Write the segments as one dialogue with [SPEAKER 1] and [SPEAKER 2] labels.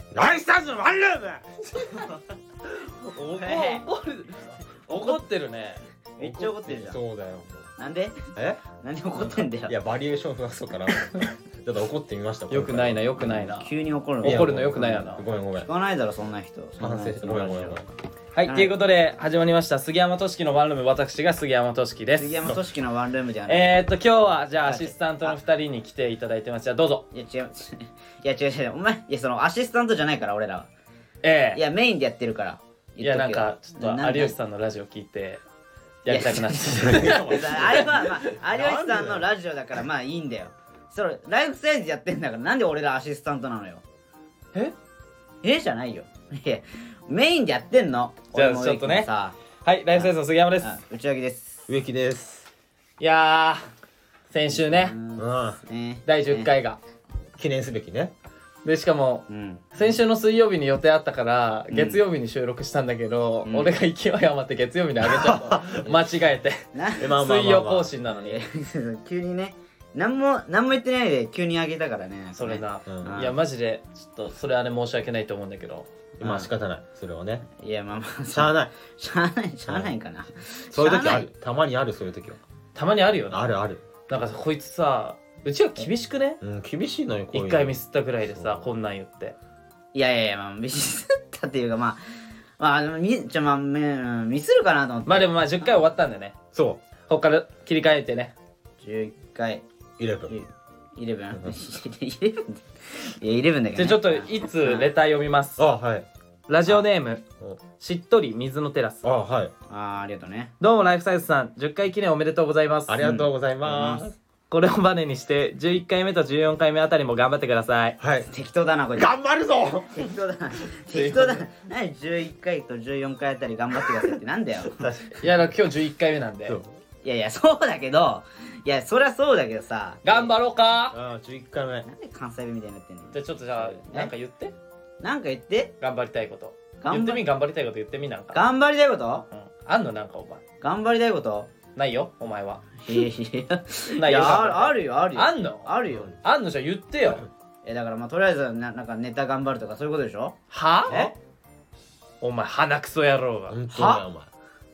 [SPEAKER 1] すのワンルーム
[SPEAKER 2] 怒怒る怒ってるね
[SPEAKER 3] めっちゃ怒ってるじゃん
[SPEAKER 4] そうだよ
[SPEAKER 3] なんで
[SPEAKER 4] え
[SPEAKER 3] なんで怒ってんだ
[SPEAKER 4] い
[SPEAKER 3] よ
[SPEAKER 4] やバリエーション増やそうかなちょっと怒ってみました
[SPEAKER 2] よくないな
[SPEAKER 4] よ
[SPEAKER 2] よくないな
[SPEAKER 3] 急に怒るの
[SPEAKER 2] 怒るのよくないよな
[SPEAKER 4] ごめんごめん
[SPEAKER 3] 聞かないだろそんな人そ
[SPEAKER 4] 反
[SPEAKER 3] な
[SPEAKER 4] 省してごめんごめんごめん
[SPEAKER 2] はいということで始まりました杉山俊樹のワンルーム私が杉山俊樹です
[SPEAKER 3] 杉山俊樹のワンルームじゃない
[SPEAKER 2] えー、っと今日はじゃあ
[SPEAKER 3] は
[SPEAKER 2] ア
[SPEAKER 3] い
[SPEAKER 2] シスタントの二人に来ていただいてますじゃあどうぞ
[SPEAKER 3] いや違う いや違う違うお前いやそのアシスタントじゃないから俺らは
[SPEAKER 2] ええ
[SPEAKER 3] いやメインでやってるから
[SPEAKER 2] いやなんかちょっと有吉
[SPEAKER 3] ん
[SPEAKER 2] さんのラジオ聞いてやりたくなって
[SPEAKER 3] あれは、まあ、有吉さんのラジオだからまあいいんだよそれライフサイズやってんだからなんで俺らアシスタントなのよ
[SPEAKER 2] え
[SPEAKER 3] えじゃないよいやメインでやってんの
[SPEAKER 2] じゃあ
[SPEAKER 3] 俺も
[SPEAKER 2] ちょっとね
[SPEAKER 3] 植木もさ
[SPEAKER 2] はいライフサイズの杉山です
[SPEAKER 3] あ内訳です
[SPEAKER 4] 植木です
[SPEAKER 2] いやー先週ね
[SPEAKER 3] うん
[SPEAKER 4] うん
[SPEAKER 3] ね
[SPEAKER 2] 第10回が
[SPEAKER 4] 記念すべきね
[SPEAKER 2] でしかも
[SPEAKER 3] うん
[SPEAKER 2] 先週の水曜日に予定あったから
[SPEAKER 3] うん
[SPEAKER 2] 月曜日に収録したんだけど、
[SPEAKER 3] うん
[SPEAKER 2] 俺が勢い余って月曜日に上げちゃった の間違えて
[SPEAKER 3] な
[SPEAKER 4] えまあまあまあまあ
[SPEAKER 2] 水曜更新なのに
[SPEAKER 3] え 急にね何も何も言ってないで急にあげたからねなんかね
[SPEAKER 2] それな、
[SPEAKER 4] うん
[SPEAKER 2] いやマジでちょっとそれはね申し訳ないと思うんだけど
[SPEAKER 4] まあ仕方ないそれはね
[SPEAKER 3] いやまあま あ
[SPEAKER 4] しゃあない
[SPEAKER 3] しゃあないしゃあないかな
[SPEAKER 4] そういう
[SPEAKER 3] し
[SPEAKER 4] 時
[SPEAKER 3] ゃ
[SPEAKER 4] あ
[SPEAKER 3] あな
[SPEAKER 4] るたまにあるそういう時は
[SPEAKER 2] たまにあるよな
[SPEAKER 4] あるある
[SPEAKER 2] なんかこいつさうちは厳しくね
[SPEAKER 4] うん厳しいのよこういうの
[SPEAKER 2] 一回ミスったぐらいでさ
[SPEAKER 4] そう
[SPEAKER 2] こんなん言って
[SPEAKER 3] いやいやいやまあミスったっていうかまあまあでもみちょまあめうんミスるかなと思って
[SPEAKER 2] まあでもまあ10回終わったんでね
[SPEAKER 4] そ
[SPEAKER 2] こっから切り替えてね
[SPEAKER 3] 11回
[SPEAKER 4] うイレブン
[SPEAKER 3] イレブン イレブンいやイレブンだけど、
[SPEAKER 2] じゃ
[SPEAKER 3] ね、
[SPEAKER 2] あちょっといつレター読みます
[SPEAKER 4] あはい
[SPEAKER 2] ラジオネーム
[SPEAKER 4] お
[SPEAKER 2] しっとり水のテラス
[SPEAKER 4] あはい
[SPEAKER 3] あーありがとうね
[SPEAKER 2] どうもライフサイズさん10回記念おめでとうございます
[SPEAKER 4] ありがとうございます
[SPEAKER 2] これをバネにして11回目と14回目あたりも頑張ってください
[SPEAKER 4] はい
[SPEAKER 3] 適当だなこれ
[SPEAKER 4] 頑張るぞ
[SPEAKER 3] 適当だな 適当だな何11回と14回あたり頑張ってくださいってなんだよ
[SPEAKER 2] いやだから今日11回目なんで
[SPEAKER 4] そう
[SPEAKER 3] いやいやそうだけどいやそりゃそうだけどさ
[SPEAKER 2] 頑張ろうか
[SPEAKER 4] あ11回目
[SPEAKER 3] なんで関西弁みたいになってんの
[SPEAKER 2] じゃあちょっとじゃあ
[SPEAKER 3] え
[SPEAKER 2] なんか言って
[SPEAKER 3] なんか言って
[SPEAKER 2] 頑張りたいこと
[SPEAKER 3] 頑張
[SPEAKER 2] 言ってみ頑張りたいこと言ってみなんか、
[SPEAKER 3] 頑張りたいこと
[SPEAKER 2] うん、あんのなんかお前
[SPEAKER 3] 頑張りた いこと
[SPEAKER 2] ないよお前 はい
[SPEAKER 3] やいや
[SPEAKER 2] ない
[SPEAKER 3] い
[SPEAKER 2] よ
[SPEAKER 3] やあるあるよある よ
[SPEAKER 2] あんの
[SPEAKER 3] あるよ
[SPEAKER 2] あんのじゃあ言ってよ
[SPEAKER 3] えだからまあとりあえずななんかネタ頑張るとかそういうことでしょ
[SPEAKER 2] は
[SPEAKER 3] え
[SPEAKER 2] お前鼻くそ野郎が
[SPEAKER 4] 本当だよお前
[SPEAKER 2] お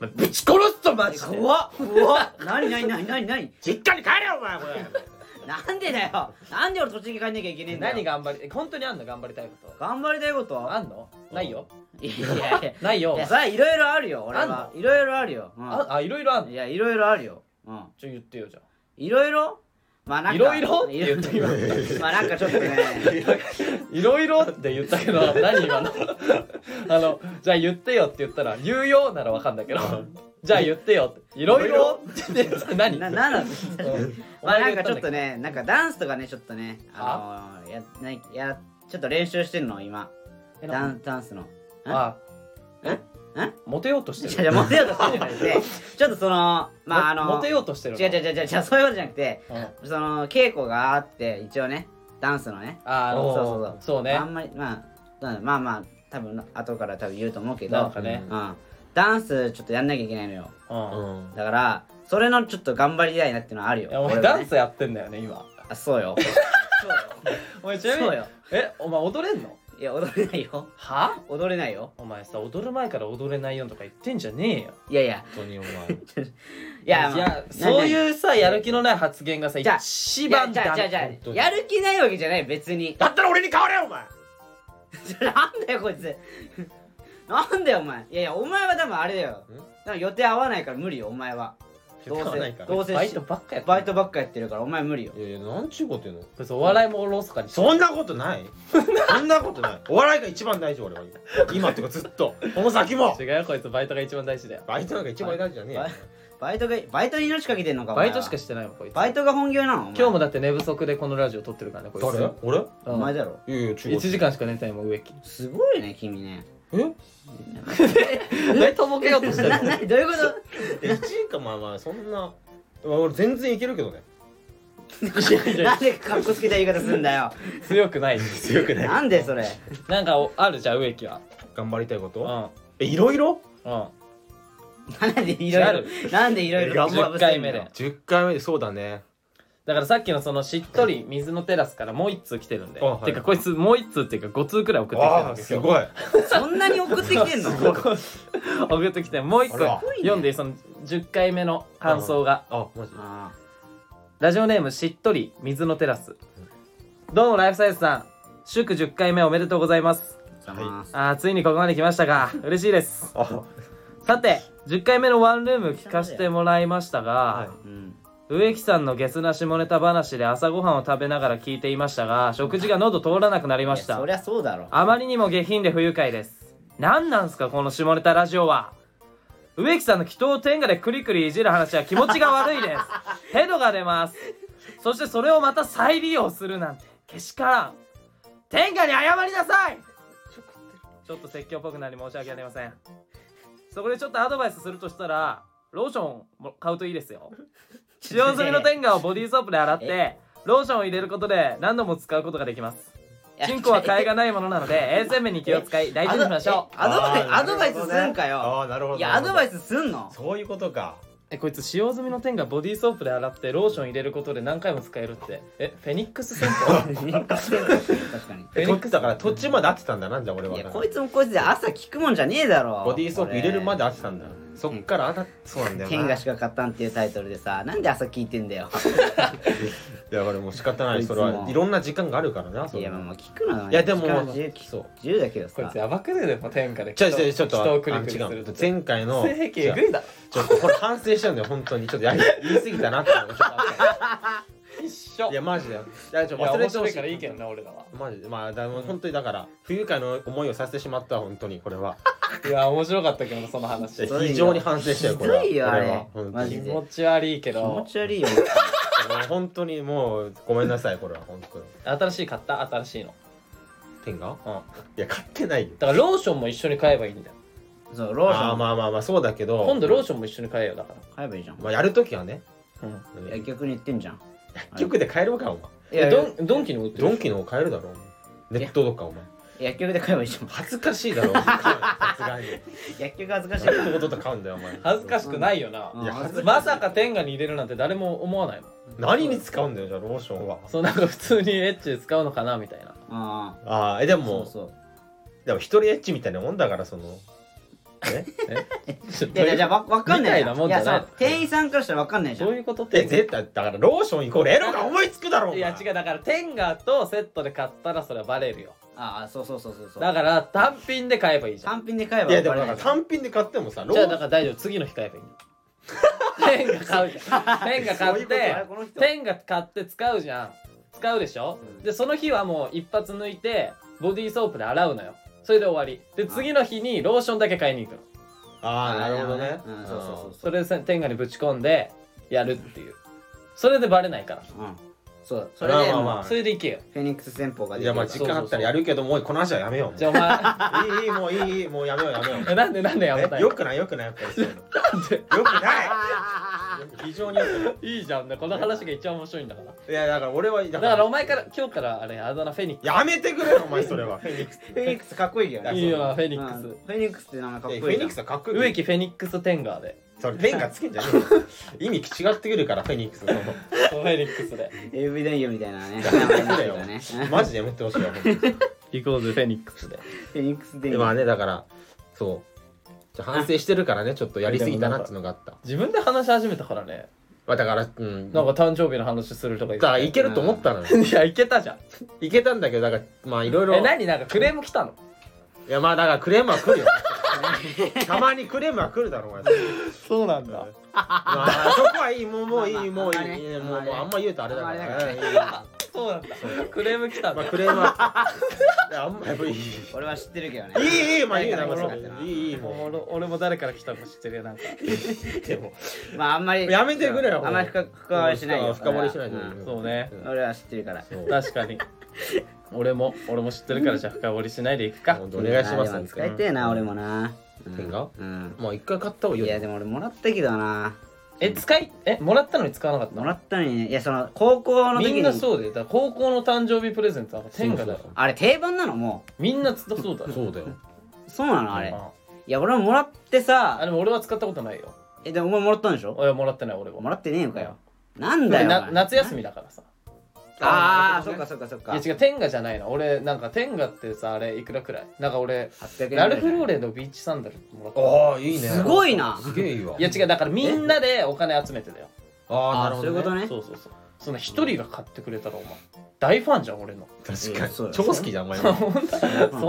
[SPEAKER 2] 前ぶち殺すぞマジで
[SPEAKER 3] 怖っ怖 っ何何何何何
[SPEAKER 1] 実家に帰れよお前これ
[SPEAKER 3] なんでだよなんで俺栃木帰んなきゃいけねえんだよ
[SPEAKER 2] 何頑張りえ本当にあんの頑張りたいこと
[SPEAKER 3] 頑張りたいこと
[SPEAKER 2] あんのないよ
[SPEAKER 3] いやいやいや
[SPEAKER 2] ないよ
[SPEAKER 3] いやそれはいろいろあるよ俺
[SPEAKER 2] あ
[SPEAKER 3] は
[SPEAKER 2] ん
[SPEAKER 3] いろいろあるよ、
[SPEAKER 2] あ
[SPEAKER 3] う
[SPEAKER 2] あいろいろあん
[SPEAKER 3] ん、
[SPEAKER 2] の
[SPEAKER 3] いやいろいろあるよ、うん、
[SPEAKER 2] ちょ言ってよじゃあ
[SPEAKER 3] いろいろまあなんか
[SPEAKER 2] いろいろって
[SPEAKER 3] いろ
[SPEAKER 2] 言って今
[SPEAKER 3] いろまあなんかちょっとね
[SPEAKER 2] いろいろって言ったけ ど何今のあのじゃあ言ってよって言ったら言うよならわかんだけどじゃあ言ってよっていろいろって何
[SPEAKER 3] ななんだろう
[SPEAKER 2] うん
[SPEAKER 3] まあな
[SPEAKER 2] お前が言
[SPEAKER 3] んか
[SPEAKER 2] った
[SPEAKER 3] ち
[SPEAKER 2] だ
[SPEAKER 3] ょっとねなんかダンスとかねちょっとねあのー、やないやちょっと練習してんの今
[SPEAKER 2] え
[SPEAKER 3] ダ
[SPEAKER 2] なん
[SPEAKER 3] ンダンスの
[SPEAKER 2] あ
[SPEAKER 3] ええ
[SPEAKER 2] モテようとし
[SPEAKER 3] じ
[SPEAKER 2] て
[SPEAKER 3] ゃ
[SPEAKER 2] る
[SPEAKER 3] じゃモテようとしてるからね ちょっとそのまああ
[SPEAKER 2] モ
[SPEAKER 3] の
[SPEAKER 2] テようとしてるの
[SPEAKER 3] 違う違う違う違う違うそういうことじゃなくて
[SPEAKER 2] うん
[SPEAKER 3] その稽古があって一応ねダンスのね
[SPEAKER 2] ああ
[SPEAKER 3] そう
[SPEAKER 2] の
[SPEAKER 3] そうそう
[SPEAKER 2] そうね
[SPEAKER 3] あんまりまあなんだまあまあ多分後から多分言うと思うけど
[SPEAKER 2] なんかね
[SPEAKER 3] うん、ダンスちょっとやんなきゃいけないのよ
[SPEAKER 2] うん
[SPEAKER 4] うん
[SPEAKER 3] だからそれのちょっと頑張りたいなっていうのはあるよ
[SPEAKER 2] いやお前
[SPEAKER 3] 俺は
[SPEAKER 2] ダ
[SPEAKER 3] ね
[SPEAKER 2] ンスやってんだよね今
[SPEAKER 3] あそうよ
[SPEAKER 2] お前ちなみ
[SPEAKER 3] そう
[SPEAKER 2] に
[SPEAKER 3] よ
[SPEAKER 2] えお前踊れんの
[SPEAKER 3] いや踊れないよ
[SPEAKER 2] は
[SPEAKER 3] 踊れないよ
[SPEAKER 2] お前さ踊る前から踊れないよとか言ってんじゃねえよ
[SPEAKER 3] いやいや
[SPEAKER 4] 本当に お前
[SPEAKER 3] いやまあ
[SPEAKER 2] そう
[SPEAKER 3] う
[SPEAKER 2] いうさやる気のない発言がさ
[SPEAKER 3] じゃあ
[SPEAKER 2] 一番
[SPEAKER 3] じ
[SPEAKER 2] ダ
[SPEAKER 3] ゃあじゃ
[SPEAKER 2] メ
[SPEAKER 3] あじゃ
[SPEAKER 4] 本当
[SPEAKER 3] あ
[SPEAKER 4] に
[SPEAKER 3] やる気ないわけじゃない別に
[SPEAKER 1] だったら俺に変われよお前
[SPEAKER 3] なんだよこいつ なんだよお前いやいやお前は多分あれだよ
[SPEAKER 4] ん
[SPEAKER 3] なんか予定合わないから無理よお前はどう
[SPEAKER 4] 言わないか
[SPEAKER 3] せ
[SPEAKER 4] ら
[SPEAKER 3] どうせ
[SPEAKER 2] バイトばっかやってん
[SPEAKER 3] バイトばっかやってるからお前無理よ
[SPEAKER 4] いやいやなんちゅうこと言うの
[SPEAKER 2] こいつお笑いもおろそかにして
[SPEAKER 4] そんなことないそんなことないお笑いが一番大事俺は今今っていうかずっとこの先も
[SPEAKER 2] 違うよこいつバイトが一番大事だよ
[SPEAKER 4] バイトなんか一番大事じゃねえよ
[SPEAKER 3] バイバイトがバイトに命かけてんのかお
[SPEAKER 2] バ
[SPEAKER 3] 前
[SPEAKER 2] イ
[SPEAKER 3] は
[SPEAKER 2] トしかしてないもんこいつ
[SPEAKER 3] バイトが本業なのお前
[SPEAKER 2] 今日もだって寝不足でこのラジオ撮ってるからねこいつ
[SPEAKER 4] 誰俺
[SPEAKER 2] うん
[SPEAKER 3] お前だろ
[SPEAKER 4] いやいや違う
[SPEAKER 2] 1時間しか寝てないもん植木
[SPEAKER 3] すごいね君ね
[SPEAKER 4] え
[SPEAKER 2] えとぼけようとしてる
[SPEAKER 3] なな どういうこと
[SPEAKER 4] 1時間まあまあそんなまあ俺全然いけるけどね
[SPEAKER 2] いやいや
[SPEAKER 3] なんでかっこつけた言い方すんだよ
[SPEAKER 2] 強くない
[SPEAKER 4] 強く
[SPEAKER 3] なんでそれ
[SPEAKER 2] なんかおあるじゃん植木は
[SPEAKER 4] 頑張りたいこ
[SPEAKER 2] うん
[SPEAKER 4] とえいろいろ
[SPEAKER 2] うん
[SPEAKER 3] なんでいろいろなんでいろいろ
[SPEAKER 4] 頑張
[SPEAKER 2] 10回目で
[SPEAKER 4] 10回目でそうだね
[SPEAKER 2] だからさっきのそのしっとり水のテラスからもう一通来てるんで、
[SPEAKER 4] あはい
[SPEAKER 2] てかこいつもう一通っていうか5通くらい送ってきてる
[SPEAKER 4] わ
[SPEAKER 2] ん
[SPEAKER 4] あ
[SPEAKER 2] です
[SPEAKER 4] す
[SPEAKER 2] よ
[SPEAKER 4] ごい
[SPEAKER 3] そんなに送ってきてんの
[SPEAKER 2] 送ってきてもう一 個
[SPEAKER 4] あら
[SPEAKER 2] 読んでいいその10回目の感想が
[SPEAKER 4] あマジ
[SPEAKER 3] あ
[SPEAKER 2] ラジオネームしっとり水のテラスどうもライフサイズさん祝10回目おめでとうございます
[SPEAKER 3] ーざます
[SPEAKER 2] あーついにここまで来ましたか嬉しいです
[SPEAKER 4] あ
[SPEAKER 2] さて10回目のワンルーム聞かせてもらいましたが、
[SPEAKER 4] はい
[SPEAKER 3] うん
[SPEAKER 2] 植木さんのゲスな下ネタ話で朝ごはんを食べながら聞いていましたが食事が喉通らなくなりまし
[SPEAKER 3] いや
[SPEAKER 2] た
[SPEAKER 3] そりゃそうだろ
[SPEAKER 2] あまりにも下品で不愉快です何なんすかこの下ネタラジオは植木さんの祈祷を天下でクリクリいじる話は気持ちが悪いですヘドが出ますそしてそれをまた再利用するなんてけしからん天下に謝りなさいちょっと説教っぽくなり申し訳ありませんそこでちょっとアドバイスするとしたらローションを買うといいですよ使用済みの天下をボディーソープで洗ってローションを入れることで何度も使うことができます チンコは替えがないものなので衛生面に気を使い大事にしましょう
[SPEAKER 3] アドバイ
[SPEAKER 4] あー
[SPEAKER 3] アドバイスすんかよ
[SPEAKER 4] ああなるほど
[SPEAKER 3] いやアドバイ
[SPEAKER 4] ス
[SPEAKER 3] スすんの
[SPEAKER 4] そういうことか
[SPEAKER 2] えこいつ使用済みの天がボディーソープで洗ってローション入れることで何回も使えるってえフェニックス戦法フ
[SPEAKER 3] 確かに
[SPEAKER 2] ェ
[SPEAKER 4] え
[SPEAKER 2] ニ
[SPEAKER 4] こ
[SPEAKER 2] ッ
[SPEAKER 4] っ
[SPEAKER 2] ク
[SPEAKER 4] ち
[SPEAKER 2] ス
[SPEAKER 4] だから途中まで合ってたんだなじゃあ俺はい
[SPEAKER 3] やこいつもこいつで朝聞くもんじゃねえだろ
[SPEAKER 4] ボディーソープ入れるまで合ってたんだ
[SPEAKER 3] 俺
[SPEAKER 4] そっからあたそうなんだよな
[SPEAKER 3] 天がしか勝ったんっていうタイトルでさなんで朝聞いてんだよ
[SPEAKER 4] いや俺もう仕方ないそれ
[SPEAKER 3] こいつ
[SPEAKER 4] は
[SPEAKER 3] も
[SPEAKER 4] いろんな時間があるからないそれ
[SPEAKER 3] や
[SPEAKER 4] は
[SPEAKER 3] まあまあ聞くのはい
[SPEAKER 4] やでも
[SPEAKER 3] 10
[SPEAKER 4] そう
[SPEAKER 3] だけ ど
[SPEAKER 2] こい
[SPEAKER 3] さ
[SPEAKER 2] つやばくねでも天下で
[SPEAKER 4] ちょちょちょっと
[SPEAKER 2] 人
[SPEAKER 4] あ
[SPEAKER 2] をクリクリす
[SPEAKER 4] 違
[SPEAKER 2] る
[SPEAKER 4] う
[SPEAKER 2] と
[SPEAKER 4] 前回の
[SPEAKER 2] 性癖
[SPEAKER 4] 違
[SPEAKER 2] え
[SPEAKER 4] う
[SPEAKER 2] ぐいだ
[SPEAKER 4] ちょっとこれ反省してるんだよ本当にちょっとやり言い過ぎたな っていうのがちょっとあったか
[SPEAKER 2] 一
[SPEAKER 4] ら
[SPEAKER 2] 緒
[SPEAKER 4] いやマジだよいやちょっと
[SPEAKER 2] いや
[SPEAKER 4] 忘れ
[SPEAKER 2] 面
[SPEAKER 4] てほ
[SPEAKER 2] 白
[SPEAKER 4] し
[SPEAKER 2] い
[SPEAKER 4] い
[SPEAKER 2] からいいけどな俺らは
[SPEAKER 4] マジでまあだ本当にだから不愉快の思いをさせてしまった本当にこれ はい
[SPEAKER 2] や面白かったけどなそ の話
[SPEAKER 4] い
[SPEAKER 3] ひど
[SPEAKER 4] や
[SPEAKER 3] いよ
[SPEAKER 4] 非常に反省してるこれは
[SPEAKER 3] ひどいよあれ
[SPEAKER 4] こは本当
[SPEAKER 3] マ
[SPEAKER 4] に
[SPEAKER 3] ジ
[SPEAKER 2] 気
[SPEAKER 3] で
[SPEAKER 2] 持ち悪いけ
[SPEAKER 3] 気持
[SPEAKER 2] ど
[SPEAKER 3] ち悪いよ
[SPEAKER 4] もう本当にもうごめんなさいこれは本当に
[SPEAKER 2] 新しい買った新しいの
[SPEAKER 4] 天が
[SPEAKER 2] うん
[SPEAKER 4] いや買ってないよ
[SPEAKER 2] だからローションも一緒に買えばいいんだよ
[SPEAKER 3] そうローシ
[SPEAKER 4] あ
[SPEAKER 3] ョ
[SPEAKER 4] あ
[SPEAKER 3] ン
[SPEAKER 4] まあまあまあそうだけど
[SPEAKER 2] 今度ローションも一緒に買えよだか
[SPEAKER 3] 買えばいいじゃん
[SPEAKER 4] まあやるときはね
[SPEAKER 2] らうん
[SPEAKER 4] うん
[SPEAKER 3] いや逆に言ってんじゃん
[SPEAKER 4] 薬局で買えるかお前
[SPEAKER 3] いやいや
[SPEAKER 2] ドンドンキにも売ってる
[SPEAKER 4] ドンキの方買えるだろネットとかお前
[SPEAKER 3] 薬局で買えばいいじゃん
[SPEAKER 4] 恥ずかしいだろ さすがに
[SPEAKER 3] 薬局恥ずかしい
[SPEAKER 4] ネットごと買うんだよお 前
[SPEAKER 2] 恥ずかしくないよな、
[SPEAKER 3] うん
[SPEAKER 4] いや恥ず
[SPEAKER 2] まさか天下に入れるなんて誰も思わないもん
[SPEAKER 4] 何に使うんだよじゃあローションは
[SPEAKER 2] そうなんか普通にエッチで使うのかなみたいな
[SPEAKER 3] あ
[SPEAKER 4] ああえで
[SPEAKER 3] あそう
[SPEAKER 4] も
[SPEAKER 3] そう
[SPEAKER 4] でも一人エッチみたいなもんだからそ のえ
[SPEAKER 3] いやいやじゃあわわかん
[SPEAKER 2] み
[SPEAKER 3] ない
[SPEAKER 2] たいな
[SPEAKER 3] な
[SPEAKER 2] もん
[SPEAKER 3] い
[SPEAKER 2] じゃ
[SPEAKER 3] や
[SPEAKER 2] ない
[SPEAKER 3] その店員さんからしたらわかんないじゃ
[SPEAKER 2] どうんいうことって
[SPEAKER 4] え絶対だからローションイコールエロが思いつくだろお前
[SPEAKER 2] いや違うだから天下とセットで買ったらそれはバレるよ
[SPEAKER 3] ああそうそうそうそうそう
[SPEAKER 2] だから単品で買えばいいじゃん
[SPEAKER 3] 単品で買えば
[SPEAKER 4] いやでも
[SPEAKER 3] わ
[SPEAKER 4] だか
[SPEAKER 3] からんない
[SPEAKER 4] 単品で買ってもさロ
[SPEAKER 2] じゃあだ
[SPEAKER 4] ー
[SPEAKER 2] から大丈夫次の日買えばいい天下買うじゃん天下
[SPEAKER 4] そう
[SPEAKER 2] 買
[SPEAKER 4] いうこ
[SPEAKER 2] っ
[SPEAKER 4] と
[SPEAKER 2] て
[SPEAKER 3] あれこの人
[SPEAKER 2] 天下買って使うじゃん使うでしょ、
[SPEAKER 3] うん
[SPEAKER 2] でその日はもう一発抜いてボディーソープで洗うのよそれで終わりで次の日にローションだけ買いに行くの
[SPEAKER 4] ああなるほどね
[SPEAKER 3] うんそうそうそう
[SPEAKER 2] それで天下にぶち込んでやるっていうそれでバレないから
[SPEAKER 3] うんそうそれで
[SPEAKER 4] まあまあ
[SPEAKER 3] ま
[SPEAKER 4] ま
[SPEAKER 3] あ
[SPEAKER 4] はい
[SPEAKER 2] それでいけよ
[SPEAKER 3] フェニックス戦法が
[SPEAKER 4] い
[SPEAKER 3] 出て
[SPEAKER 4] や
[SPEAKER 3] る
[SPEAKER 4] ま
[SPEAKER 3] か
[SPEAKER 4] あ
[SPEAKER 3] ら
[SPEAKER 4] 時間あったらやるけどもうこの話はやめようもう
[SPEAKER 2] じゃあお前
[SPEAKER 4] いいいいもういいもうやめようやめよう
[SPEAKER 2] えなんでなんでやめた
[SPEAKER 4] え
[SPEAKER 2] いの
[SPEAKER 4] よくないよくないやっぱりそういうのよくない非常によくない
[SPEAKER 2] いいじゃんねこの話が一番面白いんだから
[SPEAKER 4] いやだから俺はだ
[SPEAKER 2] だからお前から今日からあれあだ名フェニック
[SPEAKER 4] やめてくれよお前それはフェニックス
[SPEAKER 3] フェニックスかっこいいよ
[SPEAKER 4] や
[SPEAKER 2] ス
[SPEAKER 3] ね
[SPEAKER 2] いいよなフェ
[SPEAKER 3] フ
[SPEAKER 2] ニック
[SPEAKER 3] フェニックスって名前かっこい
[SPEAKER 4] え
[SPEAKER 3] い
[SPEAKER 4] フ
[SPEAKER 3] じゃん
[SPEAKER 4] ェニックスはかっこ
[SPEAKER 2] ス
[SPEAKER 4] いい
[SPEAKER 2] 植木フェニックステンガーで
[SPEAKER 4] それペンがつけんじゃねえよ意味違ってくるからフェニッ クスの
[SPEAKER 2] そうフェニックスで
[SPEAKER 3] エビデンよみたいな ね名前になってるからね フ
[SPEAKER 4] マジでやめてほしいわ本当に
[SPEAKER 2] イコールフェニックスで
[SPEAKER 3] ェニックスデン
[SPEAKER 4] でまあねだからそうちょ反省してるからねちょっとやりすぎたなっていうのがあった
[SPEAKER 2] 自分で話し始めたからね
[SPEAKER 4] まあだからうん
[SPEAKER 2] なんか誕生日の話するとか言
[SPEAKER 4] だ
[SPEAKER 2] って
[SPEAKER 4] からいけると思ったのよ
[SPEAKER 2] いやいけたじゃん
[SPEAKER 4] いけたんだけどだからまあいろいろ
[SPEAKER 2] え
[SPEAKER 4] い
[SPEAKER 2] 何なんかクレーム来たの
[SPEAKER 4] やまあだからクレームは来る よたまにクレームは来るだろお前
[SPEAKER 2] そうなん
[SPEAKER 4] だまあそこはいいもうもういいもう
[SPEAKER 3] まあまあ
[SPEAKER 4] いいもうもうあんま言うとあれだか
[SPEAKER 3] あんま
[SPEAKER 4] ら
[SPEAKER 3] あれ
[SPEAKER 4] ねいいま
[SPEAKER 2] そうなんだクレーム来たんだ
[SPEAKER 4] あクレームはいやあんまやっぱいいい
[SPEAKER 3] 俺は知ってるけどね
[SPEAKER 4] いいいまあいいよだからそ
[SPEAKER 3] い
[SPEAKER 4] れ
[SPEAKER 3] いよ
[SPEAKER 4] いいいい
[SPEAKER 2] おも
[SPEAKER 4] も
[SPEAKER 2] ろ俺も誰から来たか知ってるよなんか
[SPEAKER 4] うでも
[SPEAKER 3] まああんまり
[SPEAKER 4] やめてくれよ
[SPEAKER 3] あんまり深く深掘りしないよ
[SPEAKER 4] 深掘りしないで
[SPEAKER 3] うん
[SPEAKER 2] そうね
[SPEAKER 4] ん
[SPEAKER 3] 俺は知ってるから
[SPEAKER 4] そう
[SPEAKER 2] 確かに俺も俺も知ってるからじゃあ深掘りしないでいくか
[SPEAKER 4] 本当お願いします
[SPEAKER 3] あでも使いてえな俺もな
[SPEAKER 4] 天が
[SPEAKER 3] うん
[SPEAKER 4] まあ一回買った方がいい
[SPEAKER 3] い
[SPEAKER 4] よ
[SPEAKER 3] やでも俺もらったけどな
[SPEAKER 2] え使いえもらったのに使わなかった
[SPEAKER 3] もらったのにねいやその高校の時
[SPEAKER 2] みん
[SPEAKER 3] に
[SPEAKER 2] なそうでだから高校の誕生日プレゼントは天下だよ
[SPEAKER 4] そうそう
[SPEAKER 3] あれ定番なのも
[SPEAKER 2] みんなつそうだよ
[SPEAKER 4] そうだよ
[SPEAKER 3] うそうなのあれ
[SPEAKER 2] あ
[SPEAKER 3] いや俺ももらって
[SPEAKER 2] あ
[SPEAKER 3] さ
[SPEAKER 2] でも俺は使ったことないよ
[SPEAKER 3] えでもお前もらったんでしょ
[SPEAKER 2] 俺はもらってない俺は
[SPEAKER 3] もらってねえのかよなんだよお
[SPEAKER 2] な
[SPEAKER 3] 前
[SPEAKER 2] 夏休みだからさ
[SPEAKER 3] ああ
[SPEAKER 5] そ
[SPEAKER 3] そ
[SPEAKER 5] っ
[SPEAKER 3] っ
[SPEAKER 5] か
[SPEAKER 3] かそっかそっ
[SPEAKER 2] い
[SPEAKER 3] か
[SPEAKER 2] や違う天下じゃないな俺なんか天下ってさあれいくらくらいなんか俺
[SPEAKER 3] 800円ぐら
[SPEAKER 2] ラ
[SPEAKER 3] い
[SPEAKER 2] ルフローレンのビーチサンダルもらった
[SPEAKER 4] ああいいね
[SPEAKER 3] すごいな
[SPEAKER 4] すげえいいわ
[SPEAKER 2] いや違うだからみんなでお金集めてだよ
[SPEAKER 4] ああな
[SPEAKER 3] あ
[SPEAKER 4] る
[SPEAKER 3] ー
[SPEAKER 4] ほ
[SPEAKER 3] そうい
[SPEAKER 4] ど
[SPEAKER 3] う
[SPEAKER 4] ね
[SPEAKER 3] ことね
[SPEAKER 2] そうそうそうその一人が買ってくれたらお前大ファンじゃん俺の
[SPEAKER 4] 確
[SPEAKER 3] い
[SPEAKER 4] か
[SPEAKER 3] や
[SPEAKER 4] に
[SPEAKER 3] そうだ
[SPEAKER 4] 超好きじゃんお前も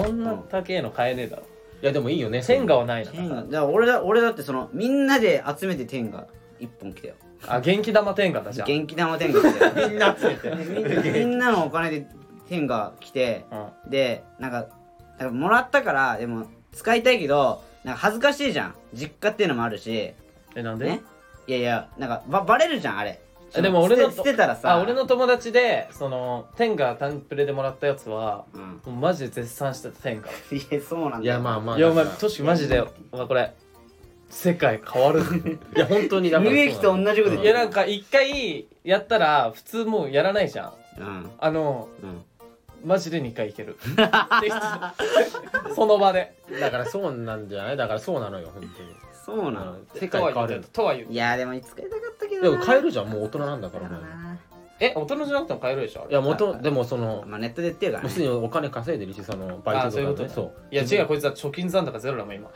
[SPEAKER 2] そんな高えの買えねえだろ
[SPEAKER 4] いやでもいいよね
[SPEAKER 2] 天下はないな
[SPEAKER 3] 天下だから俺だ俺だってそのみんなで集めて天が一本来たよ
[SPEAKER 2] あ元気玉天下だじゃん
[SPEAKER 3] 元気玉天が来たよ
[SPEAKER 4] みんな集めて
[SPEAKER 3] みんなみんなのお金で天が来て
[SPEAKER 2] うん
[SPEAKER 3] でなんかなんかもらったからでも使いたいけどなんか恥ずかしいじゃん実家っていうのもあるし
[SPEAKER 2] えなんで
[SPEAKER 3] ねいやいやなんかばバレるじゃんあれ
[SPEAKER 2] えでも俺の
[SPEAKER 3] 捨て捨てたらさ
[SPEAKER 2] あ俺の友達でその天下タンプレでもらったやつは
[SPEAKER 3] うん
[SPEAKER 2] もうマジで絶賛してた天下
[SPEAKER 3] いやそうなんだ
[SPEAKER 4] いやまあまあ
[SPEAKER 2] いやお前
[SPEAKER 4] だから
[SPEAKER 2] トシマジでお前これ世界変わるぞ
[SPEAKER 4] いや本当にだから
[SPEAKER 3] 無益と同じこと言っ
[SPEAKER 2] い
[SPEAKER 3] て
[SPEAKER 2] や
[SPEAKER 3] る
[SPEAKER 2] なんか一回やったら普通もうやらないじゃん
[SPEAKER 3] うん
[SPEAKER 2] あの
[SPEAKER 3] うん
[SPEAKER 2] マジで2回いけるって人その場で
[SPEAKER 4] だからそうなんじゃないだからそうなのよ本当に
[SPEAKER 3] そうなの
[SPEAKER 4] 世界変わる
[SPEAKER 2] とは言う
[SPEAKER 3] いやでも使いたかったけ
[SPEAKER 4] で
[SPEAKER 3] ど
[SPEAKER 4] も
[SPEAKER 3] な
[SPEAKER 4] 変えるじゃんもう大人なんだからお前
[SPEAKER 2] え大人じゃなくても買えるでしょあれ
[SPEAKER 4] いや元でもその
[SPEAKER 3] まあネットで言ってるから
[SPEAKER 4] もうす
[SPEAKER 3] ね
[SPEAKER 4] でにお金稼いでるしそのバ
[SPEAKER 2] あ
[SPEAKER 4] イ
[SPEAKER 2] そういう
[SPEAKER 4] ト
[SPEAKER 2] こと
[SPEAKER 4] か
[SPEAKER 2] とね
[SPEAKER 4] ねそう
[SPEAKER 2] いや違うこいつは貯金残高ゼロだもん今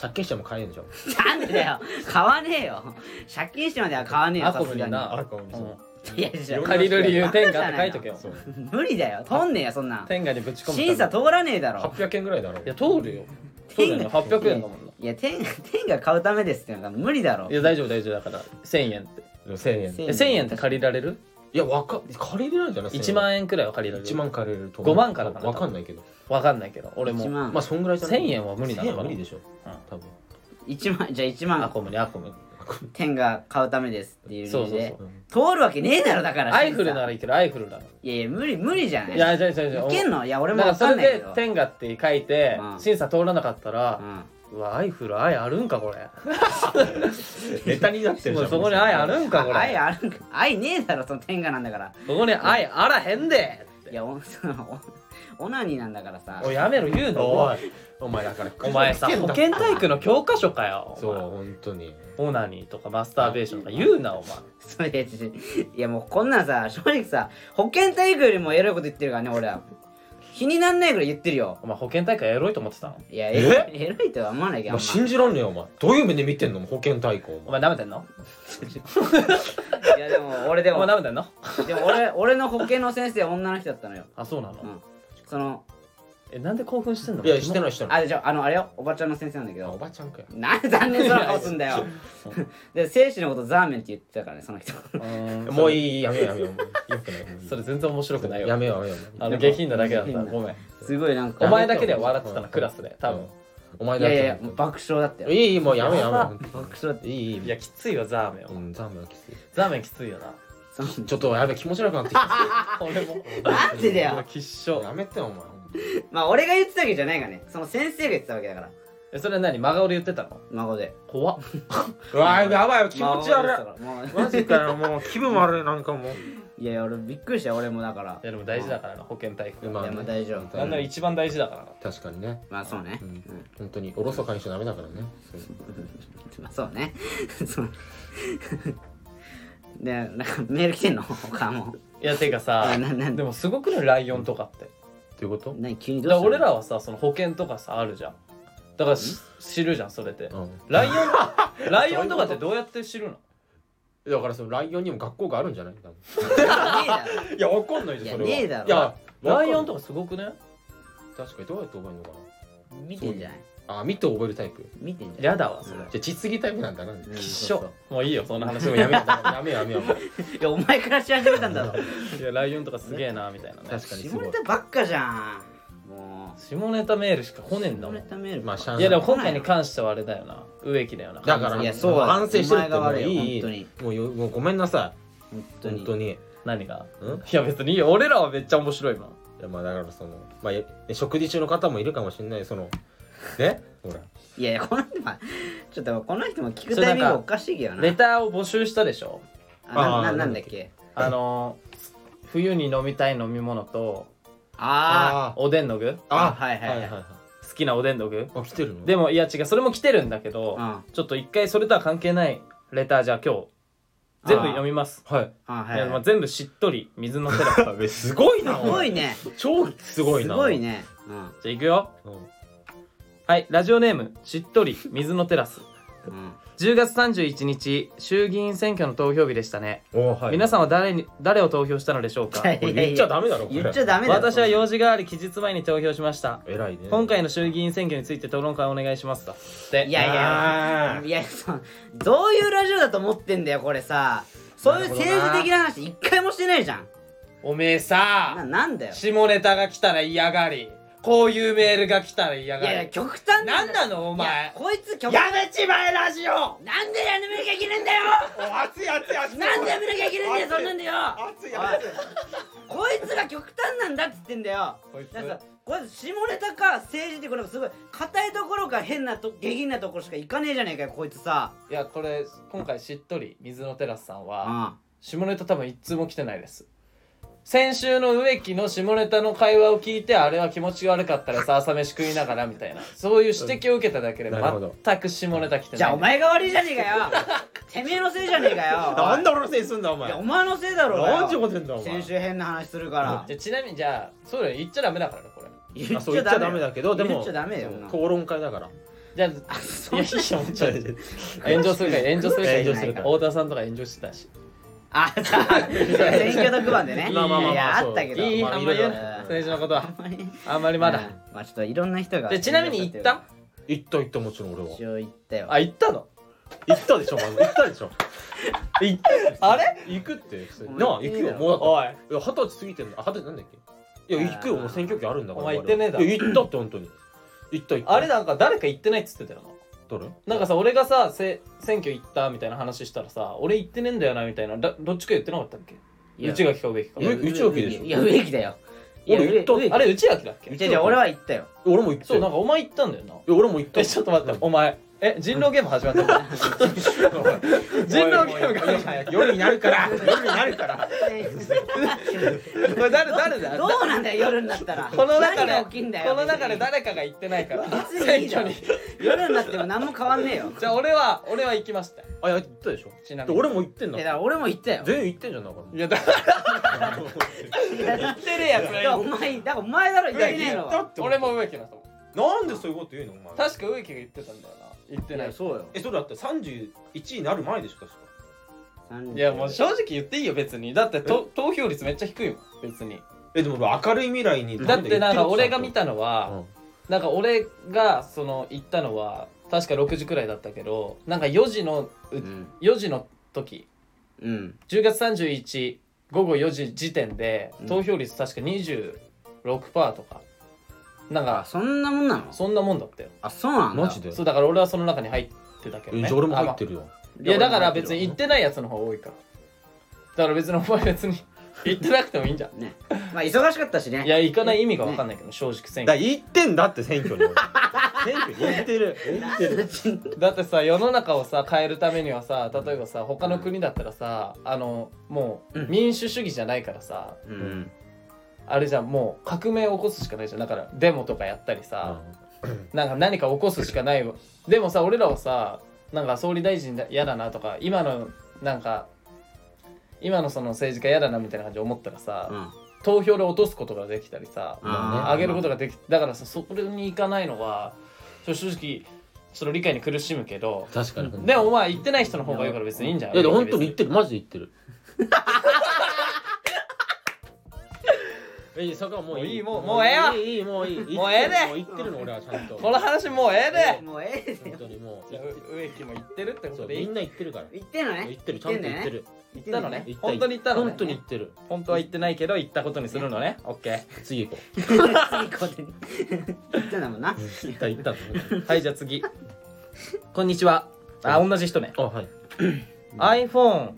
[SPEAKER 4] 借金しても買えんでしょ
[SPEAKER 3] なんでだよ買わねえよ借金してまでは買わねえよ
[SPEAKER 2] ア
[SPEAKER 3] さ
[SPEAKER 2] コム
[SPEAKER 3] す
[SPEAKER 2] に
[SPEAKER 3] がに
[SPEAKER 2] な
[SPEAKER 4] アコムにそう
[SPEAKER 3] いやじゃ
[SPEAKER 2] うん
[SPEAKER 3] あ
[SPEAKER 2] 借りる理由天下って書いとけよ
[SPEAKER 4] そう
[SPEAKER 3] 無理だよ通んねえよそんなん
[SPEAKER 2] 天下にぶち込むために
[SPEAKER 3] 審査通らねえだろ
[SPEAKER 4] 800円ぐらいだろ
[SPEAKER 2] いや通るよ通るよね800円だもんない
[SPEAKER 3] や天天が買うためですってのが無理だろ
[SPEAKER 2] いや大丈夫大丈夫だから1000円って
[SPEAKER 4] 1000円
[SPEAKER 2] え1000円って借りられる
[SPEAKER 4] いやわか借りれないんじゃない
[SPEAKER 2] 1万
[SPEAKER 4] 円
[SPEAKER 2] 円くらいは借りられる
[SPEAKER 4] 1万借りれると
[SPEAKER 2] 5万からかな
[SPEAKER 4] わかんないけど
[SPEAKER 2] わかんないけど俺も
[SPEAKER 3] 1万
[SPEAKER 4] まあそんぐらいじゃない
[SPEAKER 2] 1000円は無理なの
[SPEAKER 4] 1000円
[SPEAKER 2] かな
[SPEAKER 4] は無理でしょ多 分
[SPEAKER 3] 一万じゃあ1
[SPEAKER 2] ア
[SPEAKER 3] 万
[SPEAKER 2] コムにアコム
[SPEAKER 3] 天が買うためですっていう理
[SPEAKER 2] そう
[SPEAKER 3] 由
[SPEAKER 2] そう
[SPEAKER 3] で
[SPEAKER 2] そう
[SPEAKER 3] 通るわけねえだろだから
[SPEAKER 2] アイフルな
[SPEAKER 3] ら
[SPEAKER 2] らいけるアイフルなら
[SPEAKER 3] いやいや無理無理じゃない
[SPEAKER 2] いやじゃあじゃあじゃあ
[SPEAKER 3] いけんのいや俺も
[SPEAKER 2] だからそ
[SPEAKER 3] わか
[SPEAKER 2] れ
[SPEAKER 3] んないけ
[SPEAKER 2] で
[SPEAKER 3] ど
[SPEAKER 2] 「天下」って書いて
[SPEAKER 3] うん
[SPEAKER 2] 審査通らなかった
[SPEAKER 3] う
[SPEAKER 2] ら
[SPEAKER 3] ん
[SPEAKER 2] 「うわアイフル愛あるんかこれ」
[SPEAKER 4] ネタになってるじゃ
[SPEAKER 2] もうんそこに愛あるんかこ
[SPEAKER 3] 愛
[SPEAKER 2] れ
[SPEAKER 3] あるんか愛ねえだろその天がなんだから
[SPEAKER 2] そこに愛あらへんで
[SPEAKER 3] いやおそのおオナニーなんだからさ
[SPEAKER 2] おいやめろ言うの
[SPEAKER 4] おいお前だから
[SPEAKER 2] お前さ保健体育の教科書かよお
[SPEAKER 4] そう
[SPEAKER 2] 前
[SPEAKER 4] 本当に
[SPEAKER 2] オナニーとかマスターベーションとか言うなお前
[SPEAKER 3] それいや いやもうこんなんさ正直さ保健体育よりもエロいこと言ってるからね俺は気になんないぐらい言ってるよ
[SPEAKER 2] お前保健体育はエロいと思ってたの
[SPEAKER 3] いやエロいエロいとは思わないけど
[SPEAKER 4] も
[SPEAKER 3] あ
[SPEAKER 4] うん
[SPEAKER 3] ま
[SPEAKER 4] 信じらんねえよお前どういう目で見てんの保健体育お
[SPEAKER 2] お
[SPEAKER 4] 前
[SPEAKER 2] 前舐めてんの
[SPEAKER 3] いやでも俺で
[SPEAKER 2] お
[SPEAKER 3] も
[SPEAKER 2] 前舐めてんの
[SPEAKER 3] でも俺俺の保健の先生は女の人だったのよ
[SPEAKER 2] あそうな
[SPEAKER 3] うん
[SPEAKER 2] の
[SPEAKER 3] その
[SPEAKER 2] えなんで興奮してんの
[SPEAKER 4] いやしてないしてない
[SPEAKER 3] あじゃあのあれよおばちゃんの先生なんだけ
[SPEAKER 4] お
[SPEAKER 3] ど
[SPEAKER 4] ばちゃんかよ
[SPEAKER 3] なんで残念そうな顔すんだよ で精子のことザーメンって言ってたからねその 人
[SPEAKER 2] うーん
[SPEAKER 4] もういいやめよやめよよくない
[SPEAKER 2] それ全然面白くない
[SPEAKER 4] や
[SPEAKER 2] よ
[SPEAKER 4] めよやめよ
[SPEAKER 2] あの下品なだけだったごめん
[SPEAKER 3] すごいなんか
[SPEAKER 2] お前だけで笑ってたなクラスで多分
[SPEAKER 4] お前
[SPEAKER 3] い
[SPEAKER 4] だ
[SPEAKER 3] や
[SPEAKER 4] け
[SPEAKER 3] いやいや爆笑だったよ
[SPEAKER 4] いいいいもうやめよやめよ
[SPEAKER 3] 爆笑だっ
[SPEAKER 4] いいいい
[SPEAKER 2] いやきついよザーメンは
[SPEAKER 4] うんザーメンはきつい
[SPEAKER 2] ザーメンきついよな
[SPEAKER 3] たその
[SPEAKER 4] ちょっとやべ気持ち悪くなってきた
[SPEAKER 2] 俺も
[SPEAKER 3] なんでだよ
[SPEAKER 2] 俺きっしょ
[SPEAKER 4] やめてよお前
[SPEAKER 3] まあ俺が言ってたわけじゃないがねその先生が言ってたわけだから
[SPEAKER 2] えそれは何真顔で言ってたの
[SPEAKER 3] 孫で
[SPEAKER 2] 怖っ
[SPEAKER 4] うわやばいよ気持ち悪
[SPEAKER 3] いもう
[SPEAKER 4] いマジかよもう気分悪いなんかも
[SPEAKER 3] いやいや俺びっくりしたよ俺もだから
[SPEAKER 2] いやでも大事だからな保健体育
[SPEAKER 4] う
[SPEAKER 2] は
[SPEAKER 3] あね
[SPEAKER 2] なんなら一番大事だからな
[SPEAKER 4] 確かにね
[SPEAKER 3] まあそうね
[SPEAKER 4] う
[SPEAKER 3] うんん
[SPEAKER 4] 本当におろそかにしちゃダメだからね
[SPEAKER 3] まあそうねそうでなんかメール来てんの他も
[SPEAKER 2] いやてかさ
[SPEAKER 3] なな
[SPEAKER 2] でもすごくないライオンとかって
[SPEAKER 4] ということ
[SPEAKER 3] 何急に
[SPEAKER 2] だ
[SPEAKER 3] どう
[SPEAKER 2] か
[SPEAKER 3] し
[SPEAKER 2] ら
[SPEAKER 3] た
[SPEAKER 2] 俺らはさその保険とかさあるじゃんだからし知るじゃんそれって
[SPEAKER 4] うん
[SPEAKER 2] ライオ ンライオンとかってどうやって知るの
[SPEAKER 4] だからそのライオンにも学校があるんじゃない多分
[SPEAKER 3] らねえだろ
[SPEAKER 4] いやわかんない
[SPEAKER 3] いやねえだろ
[SPEAKER 4] いや
[SPEAKER 2] ライオン
[SPEAKER 4] と
[SPEAKER 2] とかすごくね
[SPEAKER 4] 確かにどうやって覚えるのか
[SPEAKER 3] 見てんじゃない
[SPEAKER 4] なあ見て覚えるタイプ
[SPEAKER 3] 見てんじゃない
[SPEAKER 2] やだわそれ
[SPEAKER 4] じゃあ実技タイプなんだな
[SPEAKER 2] きっし
[SPEAKER 4] そうそ
[SPEAKER 2] ょもういいよそんな
[SPEAKER 4] う
[SPEAKER 2] 話
[SPEAKER 4] でもやめよやめよや めよ
[SPEAKER 3] いやお前からし始めたんだろ
[SPEAKER 2] いやライオンとかすげえなみたいなね
[SPEAKER 4] 確かにす
[SPEAKER 3] 下
[SPEAKER 4] ご
[SPEAKER 3] ネ
[SPEAKER 4] い
[SPEAKER 3] タばっかじゃんも
[SPEAKER 2] 下ネタメールしか来ねえ
[SPEAKER 3] うん
[SPEAKER 2] だ
[SPEAKER 3] 下
[SPEAKER 2] も
[SPEAKER 3] ネ
[SPEAKER 2] ん
[SPEAKER 3] タメール
[SPEAKER 4] まあしゃあない
[SPEAKER 2] いやでも今回に関してはあれだよな植木だよな
[SPEAKER 4] だから
[SPEAKER 3] いやそうだ
[SPEAKER 4] 反省してるっ
[SPEAKER 3] お
[SPEAKER 4] て
[SPEAKER 3] 前が
[SPEAKER 4] もう
[SPEAKER 3] 悪いよ
[SPEAKER 4] いい
[SPEAKER 3] 本当に
[SPEAKER 4] もうよもうごめんなさ
[SPEAKER 3] 本
[SPEAKER 4] い
[SPEAKER 3] 当
[SPEAKER 4] 本
[SPEAKER 3] に
[SPEAKER 4] 当にい
[SPEAKER 2] 何が
[SPEAKER 4] ん
[SPEAKER 2] いや別にいいよ俺らはめっちゃ面白いもん
[SPEAKER 4] やまあだからそのまあえ食事中の方もいるかもしれないそのねほら
[SPEAKER 3] いやいやこの人はちょっとこの人も聞くタイミングおかしいけどな
[SPEAKER 2] レターを募集したでしょ
[SPEAKER 3] あなな
[SPEAKER 4] あー
[SPEAKER 3] なんだっけ
[SPEAKER 2] あの冬に飲みたい飲み物と
[SPEAKER 3] あ
[SPEAKER 4] あ
[SPEAKER 2] おでんの具
[SPEAKER 3] あはいはいはい
[SPEAKER 4] はい
[SPEAKER 2] 好きなおでんの具
[SPEAKER 4] あ来てるの
[SPEAKER 2] でもいや違うそれも来てるんだけど、
[SPEAKER 3] あ
[SPEAKER 2] ちょっと一回それとは関係ないレターじゃあ今日
[SPEAKER 5] 全部読みます
[SPEAKER 4] はい
[SPEAKER 3] あ
[SPEAKER 5] いやま
[SPEAKER 3] は
[SPEAKER 5] あ
[SPEAKER 3] い
[SPEAKER 5] 全部しっとり水のテラじゃ
[SPEAKER 4] あべ すごいな
[SPEAKER 3] すごいね
[SPEAKER 4] おい超すごい
[SPEAKER 3] す
[SPEAKER 4] な
[SPEAKER 3] ごいねうん
[SPEAKER 5] あいくよ
[SPEAKER 4] うん
[SPEAKER 5] はいラジオネームしっとり水のテラス
[SPEAKER 3] うん
[SPEAKER 5] 10月31日衆議院選挙の投票日でしたね、
[SPEAKER 4] おはい
[SPEAKER 5] 皆さ
[SPEAKER 4] ん
[SPEAKER 5] んは誰に誰を投票したのでしょうか
[SPEAKER 3] いやいや
[SPEAKER 4] 言っちゃダメだろこれ
[SPEAKER 3] 言っちゃダメだよ
[SPEAKER 5] 私は用事があり期日前に投票しました
[SPEAKER 4] 偉いね
[SPEAKER 5] 今回の衆議院選挙について討論会お願いしますだで
[SPEAKER 3] いやいや
[SPEAKER 4] あー
[SPEAKER 3] いやそうどういうラジオだと思ってんだよこれさそういう政治的な話一回もしてないじゃん
[SPEAKER 2] おめえ
[SPEAKER 3] な
[SPEAKER 2] さ
[SPEAKER 3] なんだよ
[SPEAKER 2] 下ネタが来たら嫌がりこういうメールが来たら嫌
[SPEAKER 3] いや
[SPEAKER 2] が
[SPEAKER 3] いや
[SPEAKER 2] り
[SPEAKER 3] 極端
[SPEAKER 2] なんな
[SPEAKER 3] の
[SPEAKER 2] のお前
[SPEAKER 3] こいつ極
[SPEAKER 4] やめ
[SPEAKER 3] 端
[SPEAKER 4] ちまえラジオ
[SPEAKER 3] なんでやめなきゃいけねえんだよ
[SPEAKER 4] お熱い熱い熱い
[SPEAKER 3] なんでやめなきゃいけねえんだよそんなんでよ
[SPEAKER 4] 熱い熱い
[SPEAKER 3] こいつが極端なんだっつってんだよ
[SPEAKER 2] こいつ
[SPEAKER 3] なんかさこいつ下ネタか政治ってこれすごい硬いところか変なと下品なところしかいかねえじゃねえかよこいつさ
[SPEAKER 2] いやこれ今回しっとり水のテラスさんは
[SPEAKER 3] あ
[SPEAKER 2] 下ネタ多分一通も来てないです先週の植木の下ネタの会話を聞いてあれは気持ち悪かったらさ朝飯食いながらみたいなそういう指摘を受けただけで
[SPEAKER 4] なるほど
[SPEAKER 2] 全く下ネタ来てない
[SPEAKER 3] じゃあお前が悪いじゃねえかよ てめえのせいじゃねえかよ
[SPEAKER 4] なんで俺のせいにすんだお
[SPEAKER 3] いや
[SPEAKER 4] 前
[SPEAKER 3] お前のせいだろうがよ
[SPEAKER 4] 何ちゅうこと言うんだお前
[SPEAKER 3] 先週変な話するから
[SPEAKER 2] じゃあちなみにじゃあそうだよ言っちゃダメだからねこれ
[SPEAKER 3] 言
[SPEAKER 4] あそう言っちゃダメだけどでも
[SPEAKER 3] 言っちゃダメよ
[SPEAKER 4] うん討論会だから
[SPEAKER 2] じゃあいやいやもうちょい炎上するから炎上するから
[SPEAKER 3] 炎上するから
[SPEAKER 2] 太田さんとか炎上してたし
[SPEAKER 3] あさ選挙特番でね
[SPEAKER 4] まあまあまあまあ
[SPEAKER 3] いやあったけ
[SPEAKER 4] そ
[SPEAKER 3] ど
[SPEAKER 4] う
[SPEAKER 2] いい
[SPEAKER 4] まあ
[SPEAKER 2] あんまり言う
[SPEAKER 4] いろいろ
[SPEAKER 2] な政治のこと
[SPEAKER 3] あ
[SPEAKER 2] は
[SPEAKER 3] んまり
[SPEAKER 2] あんまりまだ
[SPEAKER 3] うんまあちょっといろんな人が
[SPEAKER 2] でちなみに行った
[SPEAKER 4] 行った行ったもちろん俺は
[SPEAKER 3] 一応行ったよ
[SPEAKER 2] あ行ったの
[SPEAKER 4] 行ったでしょまず行ったでしょ行ったでしょ
[SPEAKER 2] あれ
[SPEAKER 4] 行くって普通に
[SPEAKER 3] お
[SPEAKER 4] なあ
[SPEAKER 3] 前行って
[SPEAKER 4] 行
[SPEAKER 3] ね
[SPEAKER 4] くよ
[SPEAKER 3] えだろ
[SPEAKER 4] もうだって
[SPEAKER 2] おい
[SPEAKER 4] いや二十歳過ぎてんだあ二十歳なんだっけいや行くよもう選挙権あるんだから
[SPEAKER 2] お前行ってねえだろ
[SPEAKER 4] いや行ったって本当に行った行った
[SPEAKER 2] あれなんか誰か行ってないっつってたよな
[SPEAKER 4] 誰い
[SPEAKER 2] なんかさ俺がさせ選挙行ったみたいな話したらさ俺行ってねえんだよなみたいなだどっちか言ってなかったっけ
[SPEAKER 3] いや
[SPEAKER 2] 内垣か植木か
[SPEAKER 3] いや
[SPEAKER 4] う内脇でしょ
[SPEAKER 3] いや植木だよいや
[SPEAKER 4] 俺行った
[SPEAKER 3] 植木
[SPEAKER 2] あれ内垣だっけ
[SPEAKER 3] じゃあじゃあ俺は行ったよ
[SPEAKER 4] や俺も行った
[SPEAKER 2] そう
[SPEAKER 4] よ
[SPEAKER 2] なんかお前行ったんだよない
[SPEAKER 4] や俺も行った
[SPEAKER 2] えちょっと待ってお前え人狼ゲーム始まったの人狼ゲームが始まった
[SPEAKER 4] 夜になるから夜になるから
[SPEAKER 2] これ誰誰だ
[SPEAKER 3] どうなんだよ夜になったら
[SPEAKER 2] この中
[SPEAKER 3] 何が
[SPEAKER 2] で
[SPEAKER 3] 起きんだよ
[SPEAKER 2] この中で誰かが行ってないから
[SPEAKER 3] 別にいいじゃん
[SPEAKER 2] 選挙
[SPEAKER 3] 夜になっても何も変わんねえよ
[SPEAKER 2] にじゃあ俺は俺は行きました
[SPEAKER 4] あいや行ったでしょ
[SPEAKER 2] ちなみ
[SPEAKER 4] で
[SPEAKER 2] に
[SPEAKER 4] 俺も行ってん
[SPEAKER 3] い
[SPEAKER 4] だ
[SPEAKER 3] やだから俺も行ったよ
[SPEAKER 4] 全員行ってんじゃんだから
[SPEAKER 2] いやだ
[SPEAKER 3] 行ってる
[SPEAKER 2] やつがいる
[SPEAKER 3] お前だからお前だろ行ってねえのは
[SPEAKER 2] 俺も植木だと思 う
[SPEAKER 4] なんでそういうこと言うのお前
[SPEAKER 2] 確か植木が言ってたんだよな行ってない
[SPEAKER 3] そうよ
[SPEAKER 4] えそれだって31になる前でしょ確か
[SPEAKER 2] いやもう正直言っていいよ別にだってと投票率めっちゃ低いもん別に
[SPEAKER 4] えでも俺明るい未来に
[SPEAKER 2] だってなんか俺が見たの
[SPEAKER 4] う
[SPEAKER 2] は
[SPEAKER 4] ん
[SPEAKER 2] なんか俺がその行ったのは確か6時くらいだったけどなんか4時のう
[SPEAKER 3] うん
[SPEAKER 2] 4時の時
[SPEAKER 3] うん
[SPEAKER 2] 10月31午後4時時点で
[SPEAKER 3] うん
[SPEAKER 2] 投票率確か26%とかなん
[SPEAKER 3] あ
[SPEAKER 2] か
[SPEAKER 3] そんなもんなの
[SPEAKER 2] そんなもんだったよ
[SPEAKER 3] あそうなんだ
[SPEAKER 4] マジで
[SPEAKER 2] そうだから俺はその中に入ってたけど
[SPEAKER 4] え
[SPEAKER 2] ね
[SPEAKER 4] じゃあ俺も入ってるよ
[SPEAKER 2] あまあいやだから別に行ってないやつの方が多いからだから別にお前別 に行ってなくてもいいんじゃん
[SPEAKER 3] ねまあ忙しかったしね
[SPEAKER 2] いや行かない意味が分かんないけど正直選
[SPEAKER 4] だから
[SPEAKER 2] 挙
[SPEAKER 4] 行ってんだって選挙に俺選挙に行ってる行ってる
[SPEAKER 2] だってさ世の中をさ変えるためにはさ例えばさ他の国だったらさあのもう
[SPEAKER 3] うん
[SPEAKER 2] 民主主義じゃないからさ
[SPEAKER 3] うん
[SPEAKER 2] あれじゃんもう革命を起こすしかないじゃんだからデモとかやったりさ、なんか何か起こすしかないわでもさ俺らはさなんか総理大臣だ嫌だなとか今のなんか今のその政治家嫌だなみたいな感じで思ったらさ、
[SPEAKER 3] うん
[SPEAKER 2] 投票で落とすことができたりさ
[SPEAKER 3] あー
[SPEAKER 2] 上げることができだからさそこに行かないのはちょ正直その理解に苦しむけど
[SPEAKER 4] 確かに
[SPEAKER 2] でもまあ行ってない人の方がいいから別にいいんじゃない
[SPEAKER 4] いやでも本当に言ってるマジで言ってるえそこはも ういい
[SPEAKER 2] もういいもうもうええわ
[SPEAKER 4] いいいいもういい
[SPEAKER 2] もうええで
[SPEAKER 4] もう言ってるの俺はちゃんと
[SPEAKER 2] この話もうええで
[SPEAKER 3] もうええで
[SPEAKER 4] 本当にもう
[SPEAKER 2] じゃあう植木も行ってるってこ
[SPEAKER 4] そ
[SPEAKER 2] と
[SPEAKER 4] う
[SPEAKER 2] でい
[SPEAKER 4] み
[SPEAKER 2] い
[SPEAKER 4] んな言ってるから
[SPEAKER 3] 行ってんのね
[SPEAKER 4] 言ってるちゃんと言ってる
[SPEAKER 2] 行ったのね
[SPEAKER 4] 行った
[SPEAKER 2] 本当に行ったのね
[SPEAKER 4] 本当に言ってる
[SPEAKER 2] 本当は行ってないけど行ったことにするのねオッケー
[SPEAKER 4] 次行こ
[SPEAKER 3] 次行こうって言ってんだも んな
[SPEAKER 4] う 行った行った
[SPEAKER 2] はいじゃあ次こんにちはあ同じ人ね
[SPEAKER 4] あはい
[SPEAKER 2] iPhone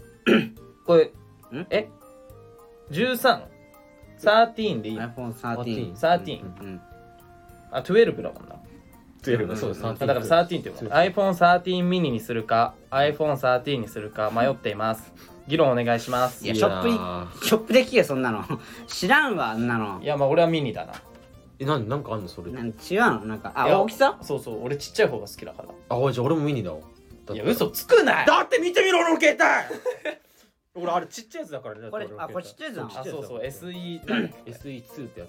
[SPEAKER 2] これ
[SPEAKER 3] ん
[SPEAKER 2] え1313でいい
[SPEAKER 3] iPhone13
[SPEAKER 2] 13
[SPEAKER 3] うん
[SPEAKER 2] あ12だもんな
[SPEAKER 4] 12そうです
[SPEAKER 2] あだから13っていうもん iPhone13 ミニにするか iPhone13 にするか迷っています議論お願いしますい
[SPEAKER 3] いや
[SPEAKER 2] や
[SPEAKER 3] ショップにショップで聞けそんなの知らんわあんなの
[SPEAKER 2] まあ俺はミニだな
[SPEAKER 4] えなんなんかあんのそれ
[SPEAKER 3] なんか違うのなんか
[SPEAKER 2] い
[SPEAKER 3] あ
[SPEAKER 2] や
[SPEAKER 3] 大きさ
[SPEAKER 2] そうそう俺ちっちゃい方が好きだから
[SPEAKER 4] あおいじゃあ俺もミニだわだって
[SPEAKER 2] いや嘘つくなよ
[SPEAKER 1] だって見てみろ俺の携帯
[SPEAKER 4] 俺あれちっちゃいやつだからねだって
[SPEAKER 3] これ
[SPEAKER 4] 俺の
[SPEAKER 3] あ
[SPEAKER 4] 携帯
[SPEAKER 3] これちっちゃいじゃん
[SPEAKER 2] あそうそう
[SPEAKER 4] ちっ
[SPEAKER 2] SE なんだっけ
[SPEAKER 4] SE2 ってやつ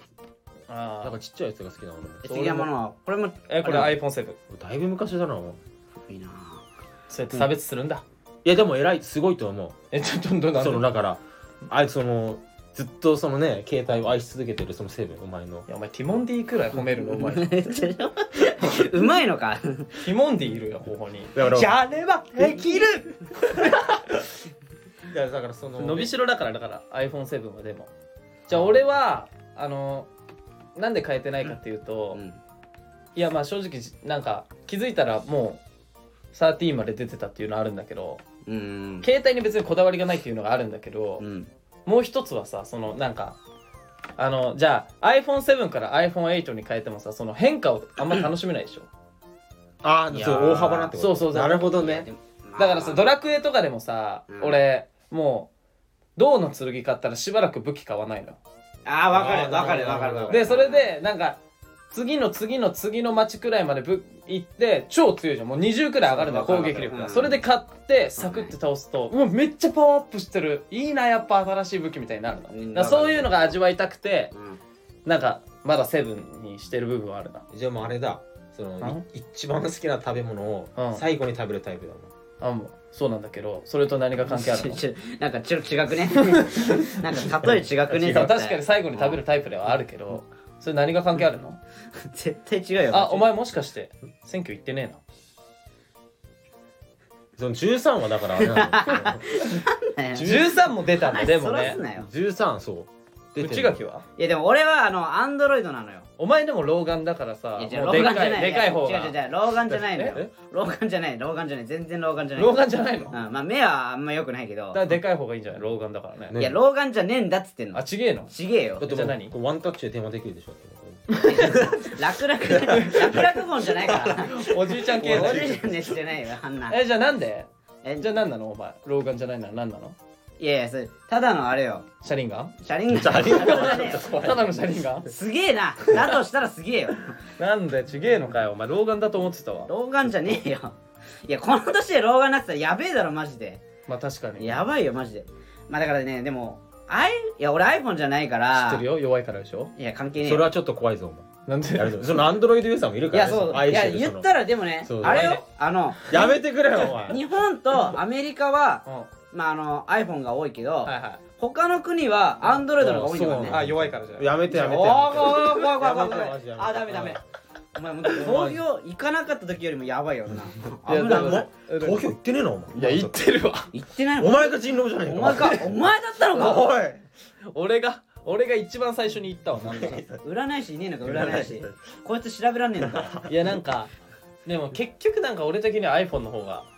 [SPEAKER 2] あ
[SPEAKER 4] なんか
[SPEAKER 2] ー
[SPEAKER 4] ちっちゃいやつが好きなの
[SPEAKER 3] 次山のこれも
[SPEAKER 2] えこれ iPhone7
[SPEAKER 4] だいぶ昔だなもう
[SPEAKER 3] いいな
[SPEAKER 2] そうやって差別するんだ
[SPEAKER 4] いやでも偉いすごいと思
[SPEAKER 2] えちょっとどんどん
[SPEAKER 4] うその
[SPEAKER 2] い
[SPEAKER 4] だからあいそのずっとそのね携帯を愛し続けてるそのセブンお前の
[SPEAKER 2] やお前ティモンディくらい褒めるのお 前テ
[SPEAKER 3] うまいのか
[SPEAKER 2] ィモンディいるよここに
[SPEAKER 4] だから
[SPEAKER 2] じゃあればできる
[SPEAKER 4] いやだからその
[SPEAKER 2] 伸びしろだからだから iPhone7 はでもじゃあ俺はあのなんで変えてないかっていうと、
[SPEAKER 3] うん
[SPEAKER 2] いやまあ正直じなんか気づいたらもう13まで出てたっていうのはあるんだけど
[SPEAKER 3] うん
[SPEAKER 2] 携帯に別にこだわりがないっていうのがあるんだけど、
[SPEAKER 3] うん
[SPEAKER 2] もう一つはさそのなんかあのじゃあ iPhone7 から iPhone8 に変えてもさその変化をあんま楽しめないでしょ
[SPEAKER 4] ああ
[SPEAKER 3] いやー
[SPEAKER 4] そう大幅なってこと
[SPEAKER 2] そうそうそう
[SPEAKER 4] なるほどね
[SPEAKER 2] だからさド
[SPEAKER 3] ラ
[SPEAKER 2] ラクエとかでもさ、
[SPEAKER 3] うん
[SPEAKER 2] 俺もう銅の剣買ったらしばらく武器買わないのよ
[SPEAKER 3] あーわかるわかるわかるわかる
[SPEAKER 2] でそれでなんか次の次の次の町くらいまでぶ行って超強いじゃんもう20くらい上がるんだよ
[SPEAKER 3] そう
[SPEAKER 2] 攻
[SPEAKER 3] わかる
[SPEAKER 2] 撃力
[SPEAKER 3] う
[SPEAKER 2] が
[SPEAKER 3] ん
[SPEAKER 2] それで買ってサクッて倒すとうわめっちゃパワーアップしてるいいなやっぱ新しい武器みたいになるのだ
[SPEAKER 3] うん
[SPEAKER 2] からそういうのが味わいたくて
[SPEAKER 3] うん
[SPEAKER 2] なんかまだセブンにしてる部分はあるな
[SPEAKER 4] じゃあもうあれだその
[SPEAKER 2] ん
[SPEAKER 4] い一番好きな食べ物
[SPEAKER 2] う
[SPEAKER 4] を
[SPEAKER 2] ん
[SPEAKER 4] 最後に食べるタイプだもん
[SPEAKER 2] あもうそうなんだけどそれと何が関係ある の
[SPEAKER 3] ちょちょなんかちょっと違 くねなんか例え違くね
[SPEAKER 2] 違う
[SPEAKER 3] 絶対
[SPEAKER 2] 確かに最後に食べるタイプではあるけどそれ何が関係あるの
[SPEAKER 3] 絶対違うよ
[SPEAKER 2] あお前もしかして選挙行ってねえな
[SPEAKER 4] その13はだからあれなんだよ
[SPEAKER 3] ね
[SPEAKER 2] 13も出たんだでも
[SPEAKER 3] そら
[SPEAKER 2] ね
[SPEAKER 3] すなよ
[SPEAKER 4] 13そう出て
[SPEAKER 2] 内
[SPEAKER 4] る
[SPEAKER 2] 垣はい
[SPEAKER 3] やでも俺はあのアンドロイドなのよ
[SPEAKER 2] お前でも老眼だからさ、もう
[SPEAKER 3] いやじ
[SPEAKER 2] で
[SPEAKER 3] ゃあ老眼じゃ
[SPEAKER 2] かい、
[SPEAKER 3] ないい
[SPEAKER 2] でかい方
[SPEAKER 3] や違う違う
[SPEAKER 2] が。
[SPEAKER 3] 違う老眼じゃないのよ
[SPEAKER 4] え
[SPEAKER 3] 老眼じゃない老眼じゃない全然老眼じゃない
[SPEAKER 2] 老眼じゃないの
[SPEAKER 3] うん
[SPEAKER 2] だか
[SPEAKER 3] まあ目はあんま良くないけど
[SPEAKER 2] らでかい方がいいんじゃない老眼だからね。
[SPEAKER 4] ね
[SPEAKER 3] いや老眼じゃねえんだっつってん
[SPEAKER 2] あ、
[SPEAKER 3] の
[SPEAKER 2] ちげえの
[SPEAKER 3] ちげえよ
[SPEAKER 4] だって
[SPEAKER 2] じゃあ
[SPEAKER 4] も
[SPEAKER 2] 何
[SPEAKER 4] うこうワンタッチで電話できるでしょ
[SPEAKER 3] 楽々楽々本じゃないから
[SPEAKER 2] おじいちゃん系だ
[SPEAKER 3] 俺
[SPEAKER 2] よ
[SPEAKER 3] じゃねしてないよあんな
[SPEAKER 2] え、じゃあなんで
[SPEAKER 3] え
[SPEAKER 2] じゃあ何なのお前。老眼じゃないなら何なの
[SPEAKER 3] いやいやそれただのあれよ
[SPEAKER 2] 車輪眼
[SPEAKER 3] 車輪が車輪がねえよ
[SPEAKER 2] ただの車輪眼
[SPEAKER 3] すげえなだとしたらすげえよ
[SPEAKER 2] なんでちげえのかよ。お前老眼だと思ってたわ。
[SPEAKER 3] 老眼じゃねえよいやこの年で老眼なってたらやべえだろマジで
[SPEAKER 2] まあ確かに。
[SPEAKER 3] やばいよマジでまあだからねでもあいいや俺 iPhone じゃないから
[SPEAKER 2] 知ってるよ。弱いからでしょ
[SPEAKER 3] いや関係ねえ
[SPEAKER 4] そ
[SPEAKER 3] よ
[SPEAKER 4] れはちょっと怖いぞお前
[SPEAKER 2] なん
[SPEAKER 4] やめ
[SPEAKER 2] で
[SPEAKER 4] てそのアンドロイドユーザーもいる
[SPEAKER 3] い
[SPEAKER 4] から
[SPEAKER 3] や
[SPEAKER 4] ね、
[SPEAKER 3] そう
[SPEAKER 4] の愛
[SPEAKER 3] いや
[SPEAKER 4] してる
[SPEAKER 3] 言
[SPEAKER 4] その
[SPEAKER 3] ったらでもね
[SPEAKER 4] そう
[SPEAKER 3] あれ
[SPEAKER 4] あれ
[SPEAKER 3] よあの
[SPEAKER 4] やめてくれよお前
[SPEAKER 3] 日本とアメリカは
[SPEAKER 2] うん。は
[SPEAKER 3] まああの iPhone が多いけど、
[SPEAKER 2] いは
[SPEAKER 3] 他の国は Android の方が多いんだから
[SPEAKER 4] う
[SPEAKER 3] ね
[SPEAKER 2] い。あ、弱いからじゃん。
[SPEAKER 4] やめてやめて
[SPEAKER 3] おー
[SPEAKER 4] や
[SPEAKER 3] 怖い怖い怖い怖い怖
[SPEAKER 4] やめ
[SPEAKER 3] い
[SPEAKER 4] てやめて
[SPEAKER 3] あダメダメお前もう東京行かなかった時よりもやばいよな危
[SPEAKER 2] いや
[SPEAKER 3] ない危
[SPEAKER 2] だか
[SPEAKER 3] ない
[SPEAKER 4] め
[SPEAKER 2] ら
[SPEAKER 4] て東京行ってねえなお
[SPEAKER 2] い
[SPEAKER 4] 前
[SPEAKER 2] や、言ってるわ。
[SPEAKER 3] 行ってない
[SPEAKER 4] お
[SPEAKER 3] の
[SPEAKER 4] 前が人狼じゃねえ
[SPEAKER 3] お
[SPEAKER 4] か
[SPEAKER 3] 前かお前だったのか
[SPEAKER 4] おい
[SPEAKER 2] 俺が、俺が一番最初に言ったわ。なんで
[SPEAKER 3] 占い師いねえのか占い師こいつ調べらんねえのか
[SPEAKER 2] いやなんかでも結局なんか俺的には iPhone の方が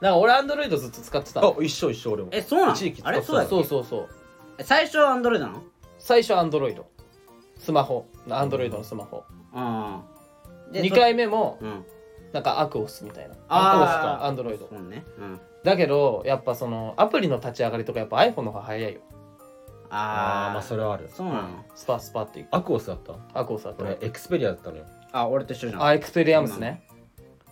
[SPEAKER 2] なんか俺 Android ずっと使ってた
[SPEAKER 4] あ一緒一緒俺も
[SPEAKER 3] えそうなの
[SPEAKER 4] 一時期使
[SPEAKER 3] あ
[SPEAKER 4] ってた
[SPEAKER 3] れそうだっ
[SPEAKER 2] そう
[SPEAKER 3] け
[SPEAKER 2] そうそう
[SPEAKER 3] 最初は Android なの
[SPEAKER 2] 最初 Android スマホ Android のスマホ
[SPEAKER 3] うんで
[SPEAKER 2] 2回目も
[SPEAKER 3] うん
[SPEAKER 2] なんかアクオスみたいな
[SPEAKER 3] あー
[SPEAKER 2] アンドロイド
[SPEAKER 3] そうねうん
[SPEAKER 2] だけどやっぱそのアプリの立ち上がりとかやっぱ iPhone の方が早いよ
[SPEAKER 4] あ
[SPEAKER 3] あ
[SPEAKER 4] あ
[SPEAKER 3] ー
[SPEAKER 4] まあそれはある
[SPEAKER 3] そうなの
[SPEAKER 2] スパスパっていく
[SPEAKER 4] アクオスだった
[SPEAKER 2] アクオスだった
[SPEAKER 4] 俺エクスペリアだったのよ
[SPEAKER 3] あ俺と一緒じゃん
[SPEAKER 2] あエクスペリアムスね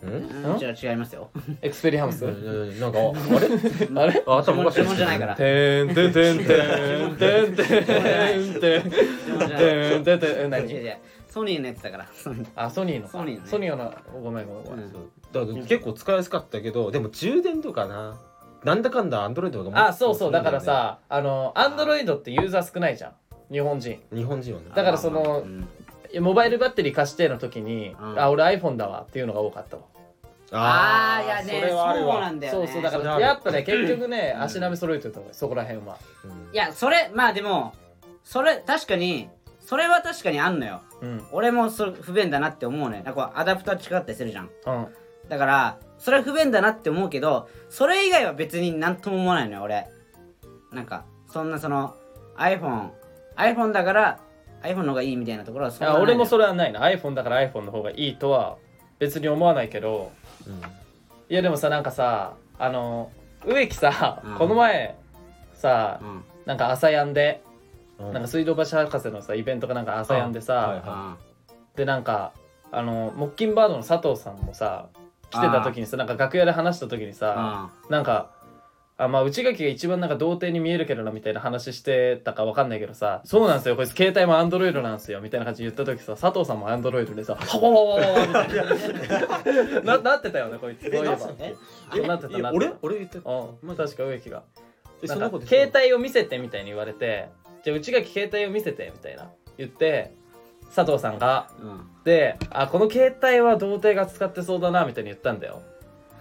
[SPEAKER 4] うん
[SPEAKER 3] うんじゃあ違います よ
[SPEAKER 2] エクスペリアムス
[SPEAKER 4] うんなんかあれ
[SPEAKER 2] あれ
[SPEAKER 4] あ頭
[SPEAKER 3] 頭
[SPEAKER 4] おかしい
[SPEAKER 3] 質問じゃないから
[SPEAKER 2] てんてんてんてんてんてんてんてんてんてんてんてん
[SPEAKER 3] 違う違う
[SPEAKER 2] 何
[SPEAKER 3] 違うソニーのやつだからソニー
[SPEAKER 2] あソニーのか
[SPEAKER 3] ソニーのね
[SPEAKER 2] ソニーのごめんごめんごめん
[SPEAKER 4] そうだから結構使いやすかったけどでも充電とかななんだかんだアンドロイドがもっと
[SPEAKER 2] あそうそうだからさあのアンドロイドってユーザー少ないじゃん日本人
[SPEAKER 4] 日本人はね
[SPEAKER 2] だからその
[SPEAKER 3] うん
[SPEAKER 2] いやモバイルバッテリー貸しての時に、
[SPEAKER 3] うん
[SPEAKER 2] あ俺 iPhone だわっていうのが多かったわ
[SPEAKER 3] あーいやね
[SPEAKER 4] それはあるわ
[SPEAKER 3] そうなんだよ
[SPEAKER 2] そ
[SPEAKER 3] ね
[SPEAKER 2] うそうだか
[SPEAKER 4] それあ
[SPEAKER 2] ら
[SPEAKER 4] る
[SPEAKER 2] やっぱね結局ね足並み揃えてた方がいいそこら辺は
[SPEAKER 4] うん
[SPEAKER 3] いやそれまあでもそれ確かにそれは確かにあんのよ
[SPEAKER 2] うん
[SPEAKER 3] 俺もそれ不便だなって思うねなんかこうアダプター近かったりするじゃん
[SPEAKER 2] うん
[SPEAKER 3] だからそれは不便だなって思うけどそれ以外は別になんとも思わないのよ俺なんかそんなその iPhone iPhone だから iPhone の方がいいみたいなところはそんな
[SPEAKER 2] あ俺もそ
[SPEAKER 3] れ
[SPEAKER 2] れはないな iPhone だから iPhone の方がいいとは別に思わないけど
[SPEAKER 4] うん
[SPEAKER 2] いやでもさなんかさあの植木さ、
[SPEAKER 3] うん
[SPEAKER 2] この前さ
[SPEAKER 3] うん
[SPEAKER 2] なんか朝やんで、
[SPEAKER 4] うん
[SPEAKER 2] なんか水道橋博士のさイベントかなんか朝やんでさ、
[SPEAKER 4] はいはい
[SPEAKER 3] あ
[SPEAKER 2] でなんかあの木琴バードの佐藤さんもさ来てた時にさなんか楽屋で話した時にさ
[SPEAKER 3] あ
[SPEAKER 2] なんかあまあ内垣が一番なんか童貞に見えるけどなみたいな話してたかわかんないけどさそうなんですよこいつ携帯もアンドロイドなんですよみたいな感じで言った時さ佐藤さんもアンドロイドでさ「はわわわわわ」みたいなななってたよねこいつそういえばなってたなって
[SPEAKER 4] 俺
[SPEAKER 2] た
[SPEAKER 4] 俺言って
[SPEAKER 2] うん確か植木が
[SPEAKER 4] えそ
[SPEAKER 2] なん
[SPEAKER 4] ん
[SPEAKER 2] か
[SPEAKER 4] なこと
[SPEAKER 2] 携帯を見せてみたいに言われてじゃあ内垣携帯を見せてみたいな言って佐藤さんが
[SPEAKER 3] うん
[SPEAKER 2] であこの携帯は童貞が使ってそうだなみたいに言ったんだよ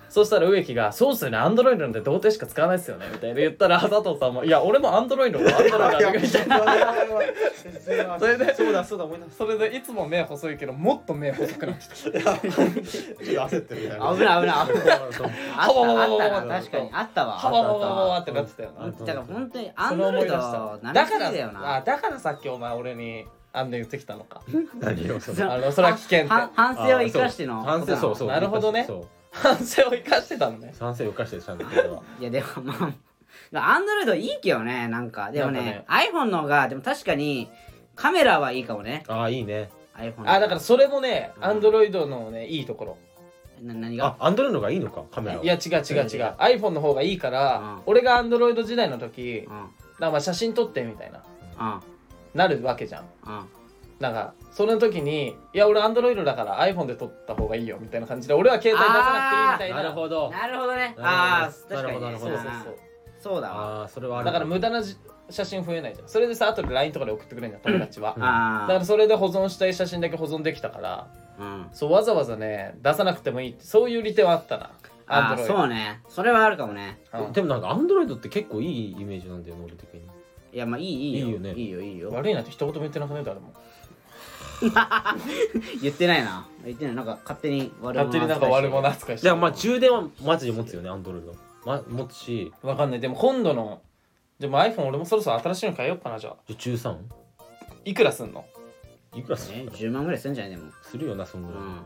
[SPEAKER 2] そしたら植木が「そうっすよねアンドロイドなんて童貞しか使わないっすよね」みたいな言 ったら佐藤さんも「いや俺もアンドロイドもアンドロイドだ」みたいなそれ で
[SPEAKER 4] そうだそうだ思い出し
[SPEAKER 2] それでいつも目細いけどもっと目細くなってき
[SPEAKER 4] たちょっと焦ってるね
[SPEAKER 3] 危ない危な い危ないあったなあったな確かにあった
[SPEAKER 2] た
[SPEAKER 3] わ
[SPEAKER 2] はわわわわわってなってたよ
[SPEAKER 3] う
[SPEAKER 2] なん
[SPEAKER 3] だから本当にア
[SPEAKER 2] そ
[SPEAKER 3] ン
[SPEAKER 2] れを思
[SPEAKER 3] ド
[SPEAKER 2] い
[SPEAKER 3] ロイ
[SPEAKER 2] 出
[SPEAKER 3] ド
[SPEAKER 2] した
[SPEAKER 3] なめ
[SPEAKER 2] だ
[SPEAKER 3] す
[SPEAKER 2] か
[SPEAKER 3] ぎ
[SPEAKER 2] ら
[SPEAKER 3] だよ
[SPEAKER 2] あ
[SPEAKER 3] な
[SPEAKER 2] だからさっきお前俺にあんな言ってきたの か
[SPEAKER 4] 何よそれ
[SPEAKER 2] あのそれは危険って
[SPEAKER 3] は反省を生かしての
[SPEAKER 4] あそう反省そうそう
[SPEAKER 2] なるほどね
[SPEAKER 4] そう
[SPEAKER 2] 反省を生かしてたのね
[SPEAKER 4] 反省を生かしてちゃんとこれはい
[SPEAKER 3] やでもまあアンドロイドいいけどねなんかでもね
[SPEAKER 2] な
[SPEAKER 3] iPhone の方がでも確かにカメラはいいかもね
[SPEAKER 4] ああいいね
[SPEAKER 3] iPhone
[SPEAKER 2] あだからそれもね
[SPEAKER 3] うん
[SPEAKER 2] アンドロイドのねいいところ
[SPEAKER 3] な何
[SPEAKER 4] あ
[SPEAKER 3] が
[SPEAKER 4] アンドロイドの方がいいのかカメラはい
[SPEAKER 2] や違う違う違う iPhone の方がいいから、
[SPEAKER 3] うん
[SPEAKER 2] 俺が Android 時代の時
[SPEAKER 3] うんうん
[SPEAKER 2] なんかまあ写真撮ってみたいな
[SPEAKER 3] うん
[SPEAKER 2] なるわけじゃん
[SPEAKER 3] うん
[SPEAKER 2] なんかその時にいや俺 Android だから iPhone で撮った方がいいよみたいな感じで俺は携帯出さなくていいみたいな
[SPEAKER 4] ど
[SPEAKER 3] なるほどね
[SPEAKER 4] ほど
[SPEAKER 3] ああ確かに
[SPEAKER 4] な
[SPEAKER 3] ね
[SPEAKER 4] る
[SPEAKER 2] そ
[SPEAKER 4] ほ
[SPEAKER 2] う
[SPEAKER 4] ど
[SPEAKER 2] そ
[SPEAKER 4] な
[SPEAKER 2] う
[SPEAKER 4] るほど
[SPEAKER 2] そう
[SPEAKER 3] そうだわ
[SPEAKER 4] ああそれはある
[SPEAKER 2] だから無駄なじ写真増えないじゃんそれでさ後で LINE とかで送ってくれるじゃん友達は
[SPEAKER 4] う
[SPEAKER 2] だ
[SPEAKER 3] あ
[SPEAKER 2] からそれで保存したい写真だけ保存できたから
[SPEAKER 3] あうん
[SPEAKER 2] そうわざわざね出さなくてもいいってそういう利点はあったな
[SPEAKER 3] ああ
[SPEAKER 2] Android
[SPEAKER 3] そうねそれはあるかもね
[SPEAKER 2] うん
[SPEAKER 4] でもなんかアンドロイドって結構いいイメージなんだよね俺的に
[SPEAKER 3] いやまあいいいいよ
[SPEAKER 4] いいよね
[SPEAKER 3] いいよいいよ
[SPEAKER 2] 悪いなって一言も言ってなくね誰も
[SPEAKER 3] 言ってないな言ってないなんか勝手に悪
[SPEAKER 2] 勝手になんか悪者扱いして
[SPEAKER 4] じゃあまあ充電はマジで持つよねアンドロイドま持つし
[SPEAKER 2] わかんないでも今度のでも iPhone 俺もそろそろ新しいの変えようかなじゃあ
[SPEAKER 4] じゃあ 13?
[SPEAKER 2] いくらすんの
[SPEAKER 4] いくらす
[SPEAKER 3] え
[SPEAKER 4] る
[SPEAKER 3] 10万ぐらいするんじゃないでも
[SPEAKER 4] するよなそんぐ
[SPEAKER 3] う
[SPEAKER 4] らい
[SPEAKER 3] ん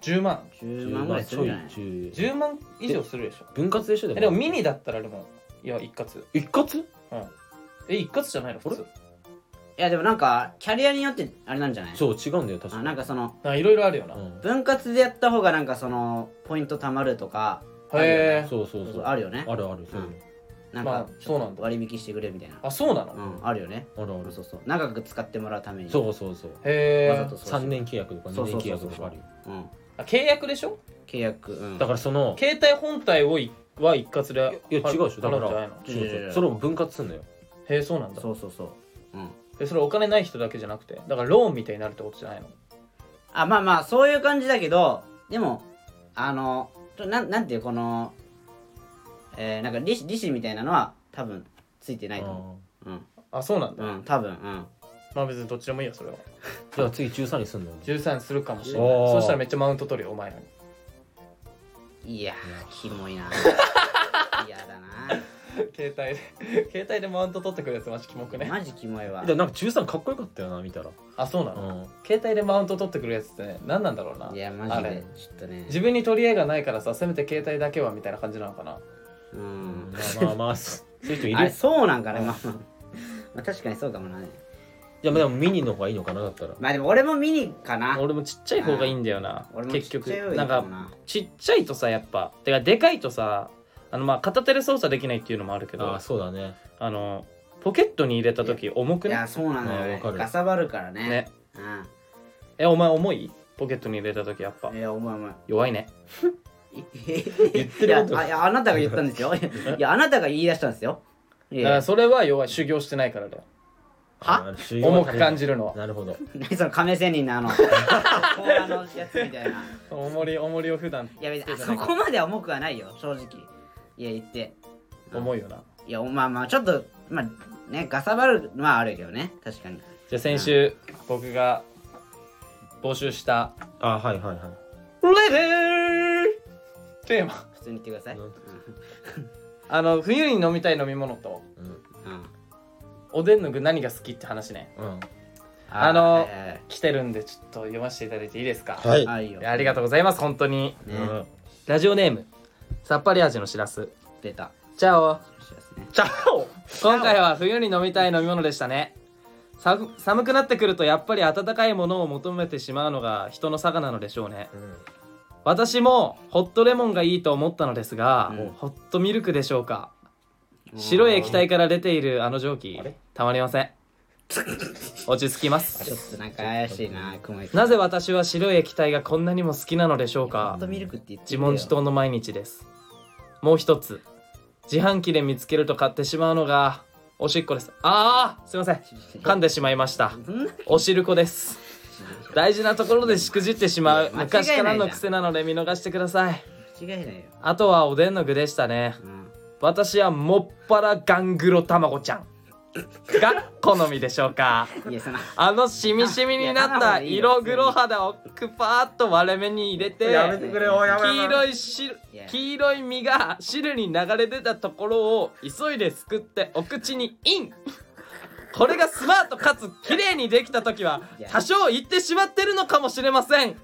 [SPEAKER 2] 10万
[SPEAKER 3] 10万ぐらいするんじゃない
[SPEAKER 4] ちょいちょい
[SPEAKER 2] 10万以上するでしょ
[SPEAKER 4] 分割でしょで
[SPEAKER 2] えでもミニだったらでもいや一括
[SPEAKER 4] 一括
[SPEAKER 2] え一括じゃないの普通
[SPEAKER 3] いやでもなんかキャリアによってあれなんじゃない
[SPEAKER 4] そう違うんだよ確か
[SPEAKER 3] あ
[SPEAKER 4] に
[SPEAKER 3] なんかその
[SPEAKER 2] なんかいろいろあるよな、
[SPEAKER 4] うん
[SPEAKER 3] 分割でやった方がなんかそのポイント貯まるとか
[SPEAKER 2] へえ
[SPEAKER 4] そうそうそう
[SPEAKER 3] あるよね
[SPEAKER 4] あるあるそう
[SPEAKER 3] うんなん
[SPEAKER 2] ま
[SPEAKER 3] か
[SPEAKER 2] あそうなんだ
[SPEAKER 3] 割引してくれみたいな
[SPEAKER 2] あそうなの、
[SPEAKER 3] う
[SPEAKER 2] へ
[SPEAKER 3] んあるよね
[SPEAKER 4] あるあ
[SPEAKER 3] そう
[SPEAKER 4] る
[SPEAKER 3] そうそう長く使ってもらうために
[SPEAKER 4] そうそうそう
[SPEAKER 3] わざ
[SPEAKER 2] え
[SPEAKER 3] とそう
[SPEAKER 4] 3年契約とか
[SPEAKER 3] そ
[SPEAKER 4] 2年
[SPEAKER 3] うそう
[SPEAKER 4] 契
[SPEAKER 3] そう
[SPEAKER 4] 約
[SPEAKER 3] そう
[SPEAKER 4] とかあるよ
[SPEAKER 3] うん
[SPEAKER 2] 契約でしょ
[SPEAKER 3] 契約うん
[SPEAKER 4] だからその
[SPEAKER 2] 携帯本体をいは一括で
[SPEAKER 4] いや違うでしょだか
[SPEAKER 2] 払うんじゃない
[SPEAKER 4] ら
[SPEAKER 2] の
[SPEAKER 4] そう
[SPEAKER 3] いやいや
[SPEAKER 4] そう
[SPEAKER 3] いや
[SPEAKER 4] それを分割すんのよ
[SPEAKER 2] へえそうなんだ
[SPEAKER 3] そうそうそううん
[SPEAKER 2] えそれお金ない人だけじゃなくてだからローンみたいになるってことじゃないの
[SPEAKER 3] あまあまあそういう感じだけどでもあのちょなんなんていうこのえー、なんか利子利子みたいなのは多分ついてないと思ううん
[SPEAKER 2] あそうなんだ
[SPEAKER 3] うん多分うん
[SPEAKER 2] まあ別にどっちでもいいよそれは
[SPEAKER 4] じゃあ次13にすんの
[SPEAKER 2] 13するかもしれない
[SPEAKER 4] おー
[SPEAKER 2] そしたらめっちゃマウント取るよお前らに
[SPEAKER 3] いやーキモいな嫌だな
[SPEAKER 2] 携帯で 携帯でマウント取ってくるやつマジキモくね
[SPEAKER 3] マジキモいわ
[SPEAKER 4] でなんか13かっこよかったよな見たら
[SPEAKER 2] あそうな
[SPEAKER 4] う
[SPEAKER 2] の、
[SPEAKER 4] ん
[SPEAKER 2] 携帯でマウント取ってくるやつってね何なんだろうない
[SPEAKER 3] やマジ
[SPEAKER 2] あ
[SPEAKER 3] で
[SPEAKER 2] れ
[SPEAKER 3] ちょっとね
[SPEAKER 2] 自分に取り合いがないからさせめて携帯だけはみたいな感じなのかな
[SPEAKER 3] うん
[SPEAKER 4] まあまあまあそういう人い
[SPEAKER 3] あれ
[SPEAKER 4] る
[SPEAKER 3] そうなんかねまあまあまあ確かにそうかもな
[SPEAKER 4] じゃあでもミニの方がいいのかなだったら
[SPEAKER 3] まあでも俺もミニかな
[SPEAKER 2] 俺もちっちゃい方がいいんだよな
[SPEAKER 3] 俺も
[SPEAKER 2] 結
[SPEAKER 3] ちっ
[SPEAKER 2] 局
[SPEAKER 3] ちゃい方がいい
[SPEAKER 2] なん
[SPEAKER 3] か
[SPEAKER 2] か
[SPEAKER 3] もな
[SPEAKER 2] ちっちゃいとさやっぱてかでかいとさあのまあ片手で操作できないっていうのもあるけど
[SPEAKER 4] ああ
[SPEAKER 2] あ
[SPEAKER 4] そうだね
[SPEAKER 2] のポケットに入れた時重く
[SPEAKER 3] い
[SPEAKER 2] ね
[SPEAKER 3] やそうなのよ
[SPEAKER 4] あー
[SPEAKER 3] ね
[SPEAKER 4] わかる
[SPEAKER 3] かさばるからね
[SPEAKER 2] ね
[SPEAKER 3] う
[SPEAKER 2] えお前重いポケットに入れた時やっぱ
[SPEAKER 3] んいやお前お前
[SPEAKER 2] 弱いね
[SPEAKER 3] 言ってるいやあいやあなたが言ったんですよいやあなたが言い出したんですよい
[SPEAKER 2] だから
[SPEAKER 3] や
[SPEAKER 2] それは弱い修行してないからだよ
[SPEAKER 3] は
[SPEAKER 2] 重く感じ
[SPEAKER 4] る
[SPEAKER 2] るのは
[SPEAKER 4] なるほど
[SPEAKER 3] 何その亀仙人のあの 甲羅のやつみたいな
[SPEAKER 2] 重り重りを普段
[SPEAKER 3] いや別にあ
[SPEAKER 2] つけてな
[SPEAKER 3] そ
[SPEAKER 2] いから
[SPEAKER 3] こまでは重くはないよ正直いや言って
[SPEAKER 2] 重いよない
[SPEAKER 3] やまあまあちょっとまあねガサバるのはあるけどね確かに
[SPEAKER 2] じゃあ先週僕が募集した
[SPEAKER 4] ああはいはいはい
[SPEAKER 2] レベルテーマ
[SPEAKER 3] 普通に言ってください、う
[SPEAKER 4] うんん
[SPEAKER 2] あの冬に飲みたい飲み物と
[SPEAKER 4] うん
[SPEAKER 3] うん
[SPEAKER 2] おでんの具何が好きって話ね
[SPEAKER 4] うん
[SPEAKER 2] あの
[SPEAKER 3] はいはいはい
[SPEAKER 2] 来てるんでちょっと読ませていただいていいですか、
[SPEAKER 4] はい
[SPEAKER 3] あいいよ
[SPEAKER 2] ありがとうございます本当に
[SPEAKER 4] うん
[SPEAKER 2] ラジオネームさっぱり味のしらす
[SPEAKER 3] 出た
[SPEAKER 2] チャオ
[SPEAKER 3] 知らすね
[SPEAKER 4] チャオ
[SPEAKER 2] 今回は冬に飲みたい飲み物でしたねさ寒くなってくるとやっぱり温かいものを求めてしまうのが人の差がなのでしょうね私もホットレモンがいいと思ったのですが、
[SPEAKER 3] うん
[SPEAKER 2] ホットミルクでしょうか白い液体から出ているあの蒸気
[SPEAKER 4] あれ
[SPEAKER 2] たまりませ ん落ち着きま
[SPEAKER 3] ちょっ
[SPEAKER 2] す
[SPEAKER 3] となんか怪しいな雲行き
[SPEAKER 2] なぜ私は白い液体がこんなにも好きなのでしょう
[SPEAKER 3] ホ
[SPEAKER 2] か
[SPEAKER 3] ットミルクって言って
[SPEAKER 2] 自
[SPEAKER 3] くれよ
[SPEAKER 2] 問自答の毎日ですもう一つ自販機で見つけると買ってしまうのがおしっこですああすいません噛んでしまいました
[SPEAKER 3] そんな
[SPEAKER 2] おしるこです大事なところでしくじってしまう
[SPEAKER 3] 間違いない
[SPEAKER 2] 昔から
[SPEAKER 3] じゃ
[SPEAKER 2] の
[SPEAKER 3] ん
[SPEAKER 2] 癖なので見逃してください
[SPEAKER 3] 間違いないよ、
[SPEAKER 2] あとはおでんの具でしたね
[SPEAKER 3] うん、
[SPEAKER 2] 私はもっぱらガングロ卵ちゃんが好みでしょうか
[SPEAKER 3] いやその
[SPEAKER 2] あのしみしみになった色黒肌をくぱーっと割れ目に入れて
[SPEAKER 4] やめてくれよやめ
[SPEAKER 2] 黄
[SPEAKER 4] い
[SPEAKER 2] 色い汁黄色い身が汁に流れ出たところを急いですくってお口にインこれがスマートかつ綺麗にできた時は多少言ってしまってるのかもしれません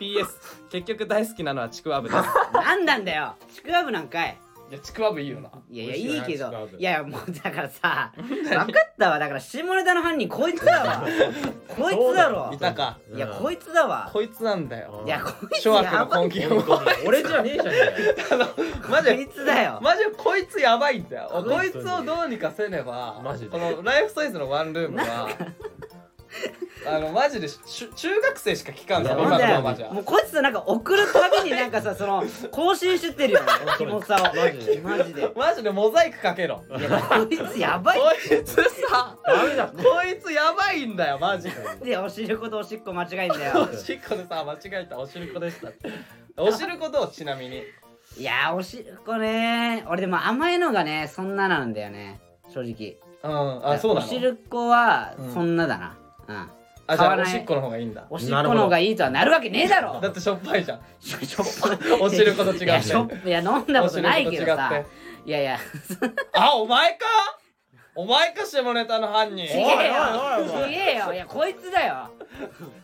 [SPEAKER 2] PS 結局大好きなのはちくわぶです
[SPEAKER 3] なんなんだよちくわぶなんかい
[SPEAKER 6] いやちくわぶいいよない
[SPEAKER 3] やい
[SPEAKER 4] 美味しい
[SPEAKER 3] やい
[SPEAKER 4] よ
[SPEAKER 3] い
[SPEAKER 4] ね
[SPEAKER 3] け
[SPEAKER 4] ちくわ
[SPEAKER 3] ど
[SPEAKER 4] ぶ
[SPEAKER 3] いやいやもうだからさ分かったわだから下ネタの犯人こいつだわこいつだろ
[SPEAKER 2] いたか
[SPEAKER 3] いやこいつだわ
[SPEAKER 2] こいつなんだよ
[SPEAKER 3] いやこいつ
[SPEAKER 2] 諸悪
[SPEAKER 3] やば
[SPEAKER 2] の
[SPEAKER 3] い
[SPEAKER 2] 根源を
[SPEAKER 4] 俺じゃねえじゃね
[SPEAKER 2] マジ
[SPEAKER 3] こいつだよ
[SPEAKER 2] マジでこいつやばいんだよ
[SPEAKER 4] 当
[SPEAKER 2] こ
[SPEAKER 4] に
[SPEAKER 2] いつをどうにかせねば
[SPEAKER 4] マジで
[SPEAKER 2] このライフサイズのワンルームはあのマジでしゅ中学生しか聞かんぞ
[SPEAKER 3] いや
[SPEAKER 2] 今の
[SPEAKER 3] な
[SPEAKER 2] ま
[SPEAKER 3] んだ
[SPEAKER 2] まじゃ
[SPEAKER 3] よもうこいつなんか送るたびになんかさその更新してってるよねキモさをマジでマジで
[SPEAKER 2] マジでモザイクかけろ
[SPEAKER 3] いやこいつやば
[SPEAKER 2] こ
[SPEAKER 3] い
[SPEAKER 2] いつさこいつやばいんだよマジで
[SPEAKER 3] でおしることおしっこ間違いんだよ
[SPEAKER 2] おしっこでさ間違えたおしるこでしたおしるこどうちなみに
[SPEAKER 3] いやおしるこね俺でも甘いのがねそんななんだよね正直
[SPEAKER 2] うんあそうな
[SPEAKER 3] おし
[SPEAKER 2] の
[SPEAKER 3] るこは
[SPEAKER 2] うん
[SPEAKER 3] そんなだなうん
[SPEAKER 2] あじゃ
[SPEAKER 3] 買わ
[SPEAKER 2] あ
[SPEAKER 3] ない
[SPEAKER 2] おしっこの方がいいんだ
[SPEAKER 3] おしっこの方がいいとはなるわけねえだろ
[SPEAKER 2] だってしょっぱいじゃん
[SPEAKER 3] しょしょっぱい
[SPEAKER 2] おしること違って
[SPEAKER 3] いやしょっぱいいや飲んだことないけど
[SPEAKER 2] おし
[SPEAKER 3] さ
[SPEAKER 2] ること
[SPEAKER 3] いやいや
[SPEAKER 2] あお前かお前か下ネタの犯人
[SPEAKER 3] ちげえよちげえよいやこいつだよ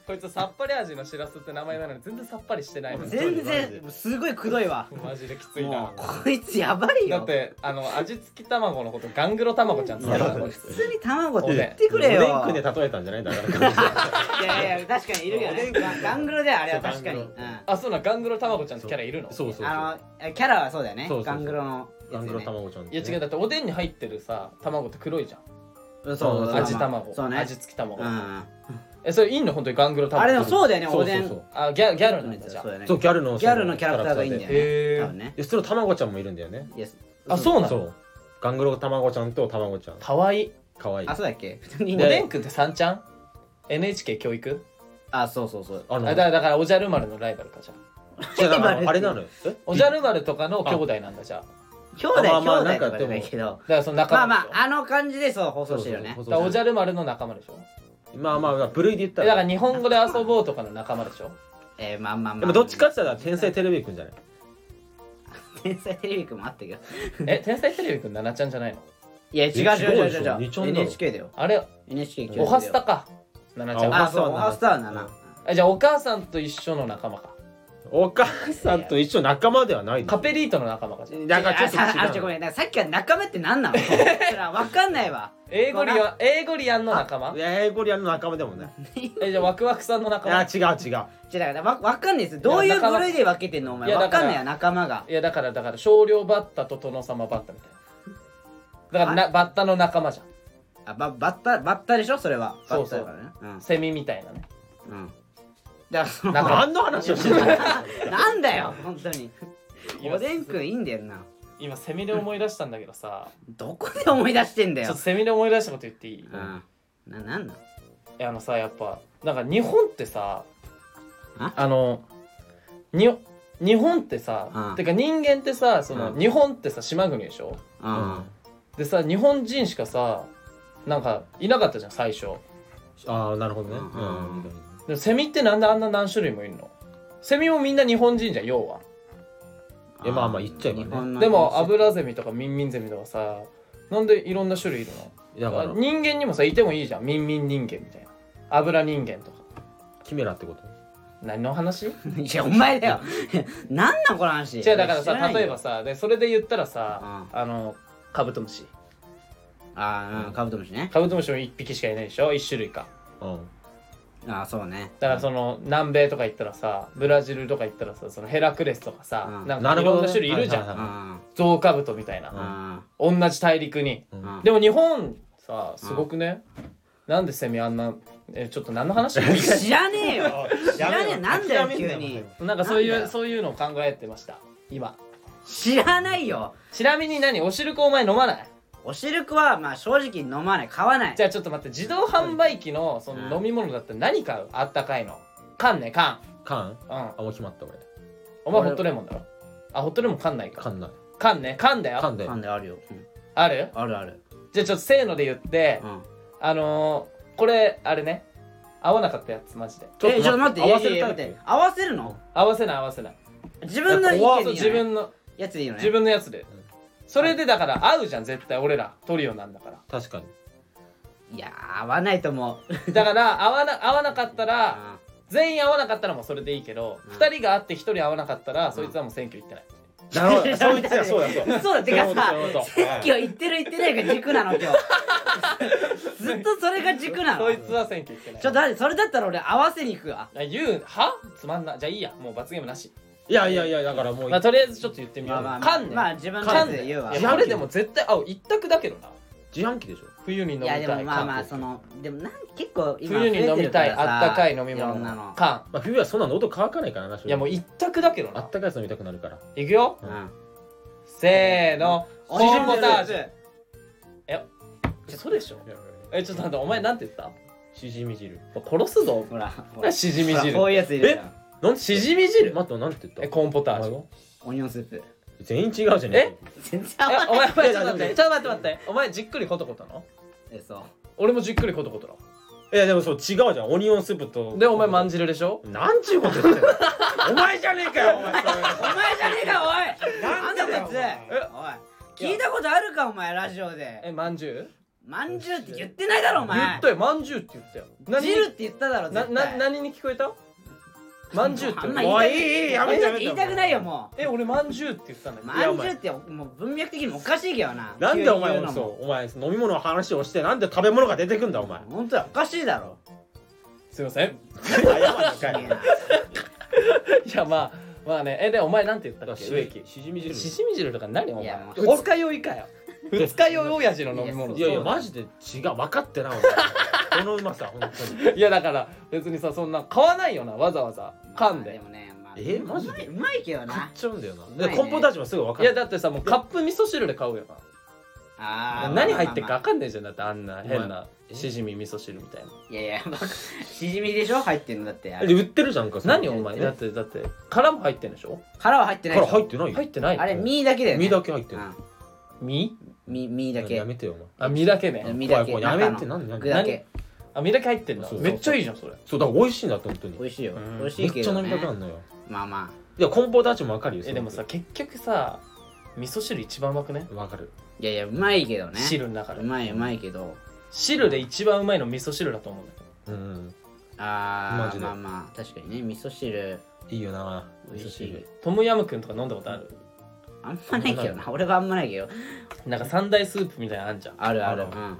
[SPEAKER 2] こいつさっぱり味のしらすって名前なのに全然さっぱりしてないの
[SPEAKER 3] 全然すごいくどいわ
[SPEAKER 2] マジできつい
[SPEAKER 3] も
[SPEAKER 2] な
[SPEAKER 3] うこいつやばい
[SPEAKER 2] だ
[SPEAKER 3] よ
[SPEAKER 2] ってあの味付き卵のことガングロ卵ちゃんって言うから
[SPEAKER 3] 普通に卵って
[SPEAKER 2] おでん
[SPEAKER 3] 言ってくれよ
[SPEAKER 4] おでんくんで例えたんじゃないだから
[SPEAKER 3] いやいや確かにいるけどねガガングロだよあれは確かに、
[SPEAKER 4] そううガングロ
[SPEAKER 3] ん
[SPEAKER 2] あそうなのガングロ卵ちゃんってキャラいるの
[SPEAKER 4] そうそうそう
[SPEAKER 3] あのキャラはそうだよね
[SPEAKER 4] そうそうそう
[SPEAKER 3] ガングロの
[SPEAKER 4] ガ
[SPEAKER 3] や
[SPEAKER 4] ング
[SPEAKER 3] つ
[SPEAKER 4] ロ
[SPEAKER 3] よね
[SPEAKER 4] 卵ちゃん
[SPEAKER 2] いや違うだっておでんに入ってるさ卵って黒いじゃん
[SPEAKER 3] うんそうそう
[SPEAKER 2] 味卵
[SPEAKER 3] そうね
[SPEAKER 2] 味付き卵
[SPEAKER 3] うん、あ
[SPEAKER 2] えそれいいの本当にガングロ卵
[SPEAKER 3] れでもそうだよね
[SPEAKER 4] そう
[SPEAKER 3] お
[SPEAKER 4] そ
[SPEAKER 3] で
[SPEAKER 4] うんそう
[SPEAKER 2] あギャギャルなんだじゃ
[SPEAKER 3] そ
[SPEAKER 2] あ
[SPEAKER 3] うだよね
[SPEAKER 4] そうギャルの
[SPEAKER 3] ギャルのキャラクターがいいんだよね
[SPEAKER 2] へ
[SPEAKER 3] 多
[SPEAKER 2] ー
[SPEAKER 3] 分ね
[SPEAKER 4] でその卵ちゃんもいるんだよね
[SPEAKER 3] いや
[SPEAKER 2] あそうな
[SPEAKER 4] そ
[SPEAKER 2] の
[SPEAKER 4] うガングロ卵ちゃんと卵ちゃん
[SPEAKER 2] かわいい
[SPEAKER 4] かわいい
[SPEAKER 3] あそうだっけ普通にいい
[SPEAKER 2] お
[SPEAKER 3] んだよ
[SPEAKER 2] でんくんってさんちゃん NHK 教育
[SPEAKER 3] あそうそうそう
[SPEAKER 4] あ
[SPEAKER 2] あ
[SPEAKER 4] の
[SPEAKER 2] だだからおじゃる丸のライバルかじゃあ
[SPEAKER 4] 違うあのあれなのよえ
[SPEAKER 2] おじゃる丸とかの兄弟なんだじゃあ
[SPEAKER 3] 兄弟
[SPEAKER 4] まあ
[SPEAKER 3] 兄
[SPEAKER 4] まあ
[SPEAKER 3] 弟と
[SPEAKER 4] なん
[SPEAKER 3] か
[SPEAKER 4] か
[SPEAKER 3] で
[SPEAKER 4] で
[SPEAKER 3] も
[SPEAKER 4] も
[SPEAKER 3] いいけど
[SPEAKER 2] だからその仲
[SPEAKER 3] ま
[SPEAKER 2] 間
[SPEAKER 3] あま
[SPEAKER 2] でしょ
[SPEAKER 3] ああの感じでそう放送してるよね
[SPEAKER 4] そうそう
[SPEAKER 2] だから
[SPEAKER 4] そう
[SPEAKER 2] おじゃる丸の仲間でしょ
[SPEAKER 4] まあまあ部類で言った
[SPEAKER 2] えだからら日本語で遊ぼうとかの仲間でしょ
[SPEAKER 3] えーまあまあまあ
[SPEAKER 4] でもどっちかって言ったら天才テレビくんじゃない
[SPEAKER 3] 天才テレビくんもあったけど
[SPEAKER 2] え天才テレビくんななちゃんじゃないの
[SPEAKER 3] いや違う違う違う違う
[SPEAKER 4] 違うでしょ二ちゃんだろ
[SPEAKER 3] NHK だよ
[SPEAKER 2] あれ
[SPEAKER 3] NHK 教
[SPEAKER 2] おはスタ
[SPEAKER 3] あ
[SPEAKER 2] かななちゃん
[SPEAKER 4] あ
[SPEAKER 3] あそうオ
[SPEAKER 4] お
[SPEAKER 3] ハ
[SPEAKER 4] は
[SPEAKER 3] ス
[SPEAKER 4] ス
[SPEAKER 3] タ
[SPEAKER 4] タ
[SPEAKER 3] は
[SPEAKER 4] は
[SPEAKER 3] な
[SPEAKER 4] な
[SPEAKER 3] な
[SPEAKER 2] えじゃあお母さんと一緒の仲間か
[SPEAKER 4] お母さんと一緒仲間ではないでしょ
[SPEAKER 2] カペリートの仲間かじゃあ
[SPEAKER 4] だからちょっ
[SPEAKER 3] ああ
[SPEAKER 4] と違
[SPEAKER 3] ご
[SPEAKER 4] う
[SPEAKER 3] めんなさっきは仲間って何なの それは分かんないわ
[SPEAKER 2] 英語リアン英語リアンの仲間
[SPEAKER 4] 英語リアルの仲間でもない
[SPEAKER 2] えじゃあワクワクさんの仲
[SPEAKER 4] いや違
[SPEAKER 2] 間
[SPEAKER 4] う違う
[SPEAKER 3] じゃだからわ分かんないですどういう部類で分けてんのお前
[SPEAKER 2] いや
[SPEAKER 3] 分
[SPEAKER 2] だか
[SPEAKER 3] からんないよ仲間が
[SPEAKER 2] いやだからだから少量バッタと殿様バッタみたいなだからなバッタの仲間じゃ
[SPEAKER 3] あばバッタバッタでしょそれはバ
[SPEAKER 2] そ
[SPEAKER 3] ッ
[SPEAKER 2] うそ
[SPEAKER 3] タ
[SPEAKER 2] う
[SPEAKER 3] だからねうん
[SPEAKER 2] んセミみたいなね
[SPEAKER 3] うんだからその
[SPEAKER 2] 仲間
[SPEAKER 4] 何の話をしてるの
[SPEAKER 3] なんだよ本当に
[SPEAKER 2] 今
[SPEAKER 3] おでんくんいいんだよな
[SPEAKER 2] 今セミで思い出したんだけどさ
[SPEAKER 3] どこで思い出してんだ
[SPEAKER 2] ちょっ
[SPEAKER 3] よ
[SPEAKER 2] とセミで思い出したこと言っていい
[SPEAKER 3] うんななんなん
[SPEAKER 2] いやあのさやっぱなんか日本ってさ
[SPEAKER 3] あ
[SPEAKER 2] あのに日本ってさ、
[SPEAKER 3] うん
[SPEAKER 2] てか人間ってさその、
[SPEAKER 3] うん
[SPEAKER 2] 日本ってさ島国でしょ
[SPEAKER 3] うん
[SPEAKER 2] でさ日本人しかさなんかいなかったじゃん最初
[SPEAKER 4] ああなるほどね
[SPEAKER 3] うん
[SPEAKER 2] でもセミってなんであんな何種類もいるのセミもみんな日本人じゃん要は
[SPEAKER 4] えまあまあ言っちゃえばね
[SPEAKER 3] 日本の
[SPEAKER 2] でもアブラゼミとかミンミンゼミとかさなんでいろんな種類いる
[SPEAKER 4] だか
[SPEAKER 2] の
[SPEAKER 4] ら
[SPEAKER 2] 人間にもさいてもいいじゃんミンミン人間みたいなアブラ人間とか
[SPEAKER 4] キメラってこと
[SPEAKER 2] 何の話
[SPEAKER 3] いやお前だよなんなんこの話
[SPEAKER 2] 違うだから
[SPEAKER 3] 知
[SPEAKER 2] さ
[SPEAKER 3] ないよ
[SPEAKER 2] 例えばさでそれで言ったらさ、あのカブトムシ
[SPEAKER 3] ああうんカブトムシね
[SPEAKER 2] カブトムシも1匹しかいないでしょ1種類か
[SPEAKER 4] うん
[SPEAKER 3] ああそうね
[SPEAKER 2] だからその南米とか行ったらさブラジルとか行ったらさそのヘラクレスとかさ、
[SPEAKER 3] うん
[SPEAKER 2] なん
[SPEAKER 4] な
[SPEAKER 2] か
[SPEAKER 4] る
[SPEAKER 2] い
[SPEAKER 4] ほど
[SPEAKER 2] ろんな種類いるじゃ
[SPEAKER 4] は
[SPEAKER 2] ん、
[SPEAKER 4] いはいは
[SPEAKER 3] あ
[SPEAKER 2] ゾウカブトみたい
[SPEAKER 3] あ
[SPEAKER 2] な、
[SPEAKER 3] あ
[SPEAKER 2] 同じ大陸に、
[SPEAKER 4] うん
[SPEAKER 3] あ
[SPEAKER 2] でも日本さすごくね、なんでセミあんなえちょっと何の話
[SPEAKER 3] 知らねえよ知らねえなんだよ急に
[SPEAKER 2] なんかそうい
[SPEAKER 3] なんだ
[SPEAKER 2] う
[SPEAKER 3] よ
[SPEAKER 2] そういうのを考えてました今
[SPEAKER 3] 知らないよ
[SPEAKER 2] ちなみに何おしるこお前飲まない
[SPEAKER 3] おしるこはまあ正直飲まない買わない
[SPEAKER 2] じゃあちょっと待って自動販売機のそ
[SPEAKER 3] うん
[SPEAKER 2] の飲み物だったら何買うあったかいの缶ね缶
[SPEAKER 4] 缶
[SPEAKER 2] うん
[SPEAKER 4] あもう決まった俺
[SPEAKER 2] お前ホットレモンだろあホットレモン缶ないか
[SPEAKER 4] 缶ない
[SPEAKER 2] 缶ね缶だよ
[SPEAKER 4] 缶で
[SPEAKER 3] なんであるよ、うん
[SPEAKER 2] ある
[SPEAKER 3] あるある
[SPEAKER 2] じゃあちょっとせーので言って
[SPEAKER 3] うん
[SPEAKER 2] あのー、これあれね合わなかったやつマジで
[SPEAKER 3] えちょっと待って
[SPEAKER 4] 合わせる
[SPEAKER 3] いやいやいや
[SPEAKER 4] タイプ
[SPEAKER 3] 待って合わせるの
[SPEAKER 2] 合わせない合わせない
[SPEAKER 3] 自分の意
[SPEAKER 2] そう
[SPEAKER 3] 見に
[SPEAKER 2] 自分の
[SPEAKER 3] やつでいいのね
[SPEAKER 2] 自分のやつでそれでだから合うじゃん絶対俺らトリオなんだから
[SPEAKER 4] 確かに
[SPEAKER 3] いや合わないと思う
[SPEAKER 2] だ から合わな合わなかったら
[SPEAKER 3] あ
[SPEAKER 2] 全員合わなかったらもうそれでいいけど
[SPEAKER 3] うん
[SPEAKER 2] 2人が合って1人合わなかったらそいつはもう選挙行ってない
[SPEAKER 4] な るほどそ
[SPEAKER 3] そう
[SPEAKER 4] い
[SPEAKER 3] い
[SPEAKER 4] つ
[SPEAKER 3] つ
[SPEAKER 4] や
[SPEAKER 3] や
[SPEAKER 4] そ
[SPEAKER 3] そうう
[SPEAKER 4] だそう
[SPEAKER 3] ーそうだてかさ
[SPEAKER 2] そういうこと
[SPEAKER 3] 選挙行ってる行ってないが軸なの 今日ずっとそれが軸なの
[SPEAKER 2] そい
[SPEAKER 3] ち
[SPEAKER 2] つは選挙行ってない
[SPEAKER 3] ょっと待ってそれだったら俺合わせに行くわ
[SPEAKER 2] あ言うはつまんなじゃあいいやもう罰ゲームなし、
[SPEAKER 4] いやいやいやだからもう
[SPEAKER 2] まあ、とりあえずちょっと言ってみよ
[SPEAKER 3] ま
[SPEAKER 2] う、
[SPEAKER 3] あまあまあ
[SPEAKER 2] 缶ね、
[SPEAKER 3] まあ自分のや
[SPEAKER 2] 缶
[SPEAKER 3] つ
[SPEAKER 2] ね
[SPEAKER 3] で言うわ
[SPEAKER 2] いやこれでも絶対あ一択だけどな
[SPEAKER 4] 自販機でしょ
[SPEAKER 2] 冬に飲
[SPEAKER 3] い
[SPEAKER 2] みた
[SPEAKER 3] や
[SPEAKER 2] い
[SPEAKER 3] でもまあ
[SPEAKER 2] 缶
[SPEAKER 3] まあそのでもなん結構今
[SPEAKER 2] 冬に飲みたいあったかい飲み
[SPEAKER 3] いろんな
[SPEAKER 2] 物
[SPEAKER 3] の
[SPEAKER 2] 缶
[SPEAKER 4] まあ冬はそんな喉乾かないからな正直
[SPEAKER 2] いやもう一択だけど
[SPEAKER 4] あ
[SPEAKER 2] な
[SPEAKER 4] ったかいやつ飲みたくなるから
[SPEAKER 2] いくよ
[SPEAKER 3] うん
[SPEAKER 2] せーのコーンポタージュ
[SPEAKER 3] ュ
[SPEAKER 2] 嘘でしょえちょっと待ってお前なんて言った
[SPEAKER 4] しじみ汁
[SPEAKER 2] 殺すぞ
[SPEAKER 3] ほらほ
[SPEAKER 2] お前
[SPEAKER 3] ら
[SPEAKER 2] しじみ
[SPEAKER 3] ほらこ
[SPEAKER 2] 汁
[SPEAKER 3] ういうやついるじゃん
[SPEAKER 4] なんしじみ汁待ってなんて言った
[SPEAKER 2] えコーンポター
[SPEAKER 4] お
[SPEAKER 2] ジュ
[SPEAKER 4] 前は
[SPEAKER 3] オニオンスープ
[SPEAKER 4] 全員違うじゃね
[SPEAKER 3] 全然
[SPEAKER 2] え
[SPEAKER 3] 合わない
[SPEAKER 2] お前お前ちょっと待っ
[SPEAKER 4] い
[SPEAKER 2] て
[SPEAKER 4] や
[SPEAKER 2] ちょっと待って待ってお前じっくりコトコトの
[SPEAKER 3] えそう
[SPEAKER 2] 俺もじっくりコトコトだ
[SPEAKER 4] えいやでもそう違うじゃんオニオンスープと
[SPEAKER 2] でお前まんじるでしょ
[SPEAKER 4] なんちゅうこと言ってんのお前じゃねえかよお前それ
[SPEAKER 3] お前じゃねえかおいなんだこいつ
[SPEAKER 2] え
[SPEAKER 3] おい聞いたことあるかお前ラジオで
[SPEAKER 2] えまんじゅう
[SPEAKER 3] まんじゅうって言ってないだろお前
[SPEAKER 2] 言ったよまんじゅうって言ったよ何
[SPEAKER 3] 汁って言っただろ
[SPEAKER 2] な
[SPEAKER 3] 絶
[SPEAKER 2] な
[SPEAKER 3] 対
[SPEAKER 2] 何に聞こえたまんじゅうって
[SPEAKER 3] あんま
[SPEAKER 2] 俺
[SPEAKER 3] 言
[SPEAKER 4] もうい
[SPEAKER 3] い
[SPEAKER 4] いいい
[SPEAKER 3] た
[SPEAKER 4] や
[SPEAKER 3] くな
[SPEAKER 4] め
[SPEAKER 3] い
[SPEAKER 4] てやめて
[SPEAKER 3] 言いたくないよも
[SPEAKER 2] え俺まんじゅうって言ったんだ
[SPEAKER 3] う
[SPEAKER 2] けど
[SPEAKER 3] まんじゅうってもう文脈的にもおかしいけどな
[SPEAKER 4] なんでお前
[SPEAKER 3] 急に
[SPEAKER 4] も
[SPEAKER 3] 言うのも
[SPEAKER 4] そうお前飲み物の話をしてなんで食べ物が出てくんだお前
[SPEAKER 3] 本当だおかしいだろ
[SPEAKER 2] すいません
[SPEAKER 4] 謝るのか
[SPEAKER 3] い
[SPEAKER 4] い
[SPEAKER 3] や
[SPEAKER 2] いやまあまあねえでお前なんて言ったっけ植
[SPEAKER 4] し
[SPEAKER 2] 木
[SPEAKER 4] しじみ汁
[SPEAKER 2] しじみ汁とか何お前
[SPEAKER 3] いやもう
[SPEAKER 2] 二日酔いか よ二日酔い親父の飲み物
[SPEAKER 4] いやい
[SPEAKER 2] そ
[SPEAKER 4] や
[SPEAKER 2] うだよ
[SPEAKER 4] マジで違う分かってない このうまさ本当に
[SPEAKER 2] いやだから別にさそんな買わないよなわざわざ缶
[SPEAKER 3] まあ
[SPEAKER 2] で
[SPEAKER 3] もねまあ
[SPEAKER 4] えマジ
[SPEAKER 3] うま
[SPEAKER 4] で
[SPEAKER 3] いうまいけど
[SPEAKER 4] 買っ
[SPEAKER 3] な
[SPEAKER 4] ちゃうんだよな
[SPEAKER 3] うまいね
[SPEAKER 4] でコンポタージュもすぐ分か
[SPEAKER 2] いや
[SPEAKER 4] る
[SPEAKER 2] だってさもうカップ味噌汁で買うよな
[SPEAKER 3] あー
[SPEAKER 2] 何入ってるか
[SPEAKER 3] まあまあ
[SPEAKER 2] 分かんねえじゃんだってあんな変
[SPEAKER 4] ま
[SPEAKER 2] なしじみ味噌汁みたいな
[SPEAKER 3] まあいやい やまあしじみでしょ入ってんのだってあ
[SPEAKER 4] で
[SPEAKER 3] れ
[SPEAKER 4] 売ってるじゃんかそれ
[SPEAKER 2] 何お前だってだって殻も入ってんでしょ
[SPEAKER 3] 殻は入ってない
[SPEAKER 4] か
[SPEAKER 3] で
[SPEAKER 4] ら
[SPEAKER 3] しょ
[SPEAKER 4] 入ってないよ
[SPEAKER 2] 入ってない
[SPEAKER 3] あれ身だけだよね
[SPEAKER 4] 身だけ入ってる
[SPEAKER 3] うん
[SPEAKER 2] 身
[SPEAKER 3] 身身だけ
[SPEAKER 4] やめてよお前
[SPEAKER 2] あ身だけね
[SPEAKER 3] 身だけ
[SPEAKER 4] 怖い怖いやめて
[SPEAKER 3] 中の
[SPEAKER 4] 何何
[SPEAKER 3] 具だけ
[SPEAKER 2] あ身だけ入ってんだ
[SPEAKER 4] そうそう
[SPEAKER 2] めっちゃいいじゃんそれ
[SPEAKER 4] そうだから美味しいんだって本当に
[SPEAKER 3] 美味しいよ
[SPEAKER 2] うん
[SPEAKER 3] 美味し
[SPEAKER 4] め
[SPEAKER 3] い
[SPEAKER 4] っ
[SPEAKER 3] け
[SPEAKER 4] ちゃ
[SPEAKER 3] ど
[SPEAKER 4] 飲み
[SPEAKER 3] ね
[SPEAKER 4] たくなるのよ
[SPEAKER 3] まあま
[SPEAKER 4] いやコンポタージュも分かるよ
[SPEAKER 2] えでもさ結局さ味噌汁一番うまくね
[SPEAKER 4] 分かる
[SPEAKER 3] あいやいやうまいけどね
[SPEAKER 2] 汁の中
[SPEAKER 3] う
[SPEAKER 2] で
[SPEAKER 3] まいうまいけど
[SPEAKER 2] 汁で一番うまいの味噌汁だと思うんだよ
[SPEAKER 4] うんマ
[SPEAKER 3] あ
[SPEAKER 4] ジ
[SPEAKER 3] ー
[SPEAKER 4] で
[SPEAKER 3] まあまあ確かにね味噌汁
[SPEAKER 4] いいよな
[SPEAKER 3] 美味しい
[SPEAKER 2] トムヤムクンとか飲んだことある
[SPEAKER 3] あんまないけどな俺はあんまないけど
[SPEAKER 2] なんか三大スープみたいなのあんじゃん
[SPEAKER 3] あるある
[SPEAKER 4] あ
[SPEAKER 3] う
[SPEAKER 4] る
[SPEAKER 3] ん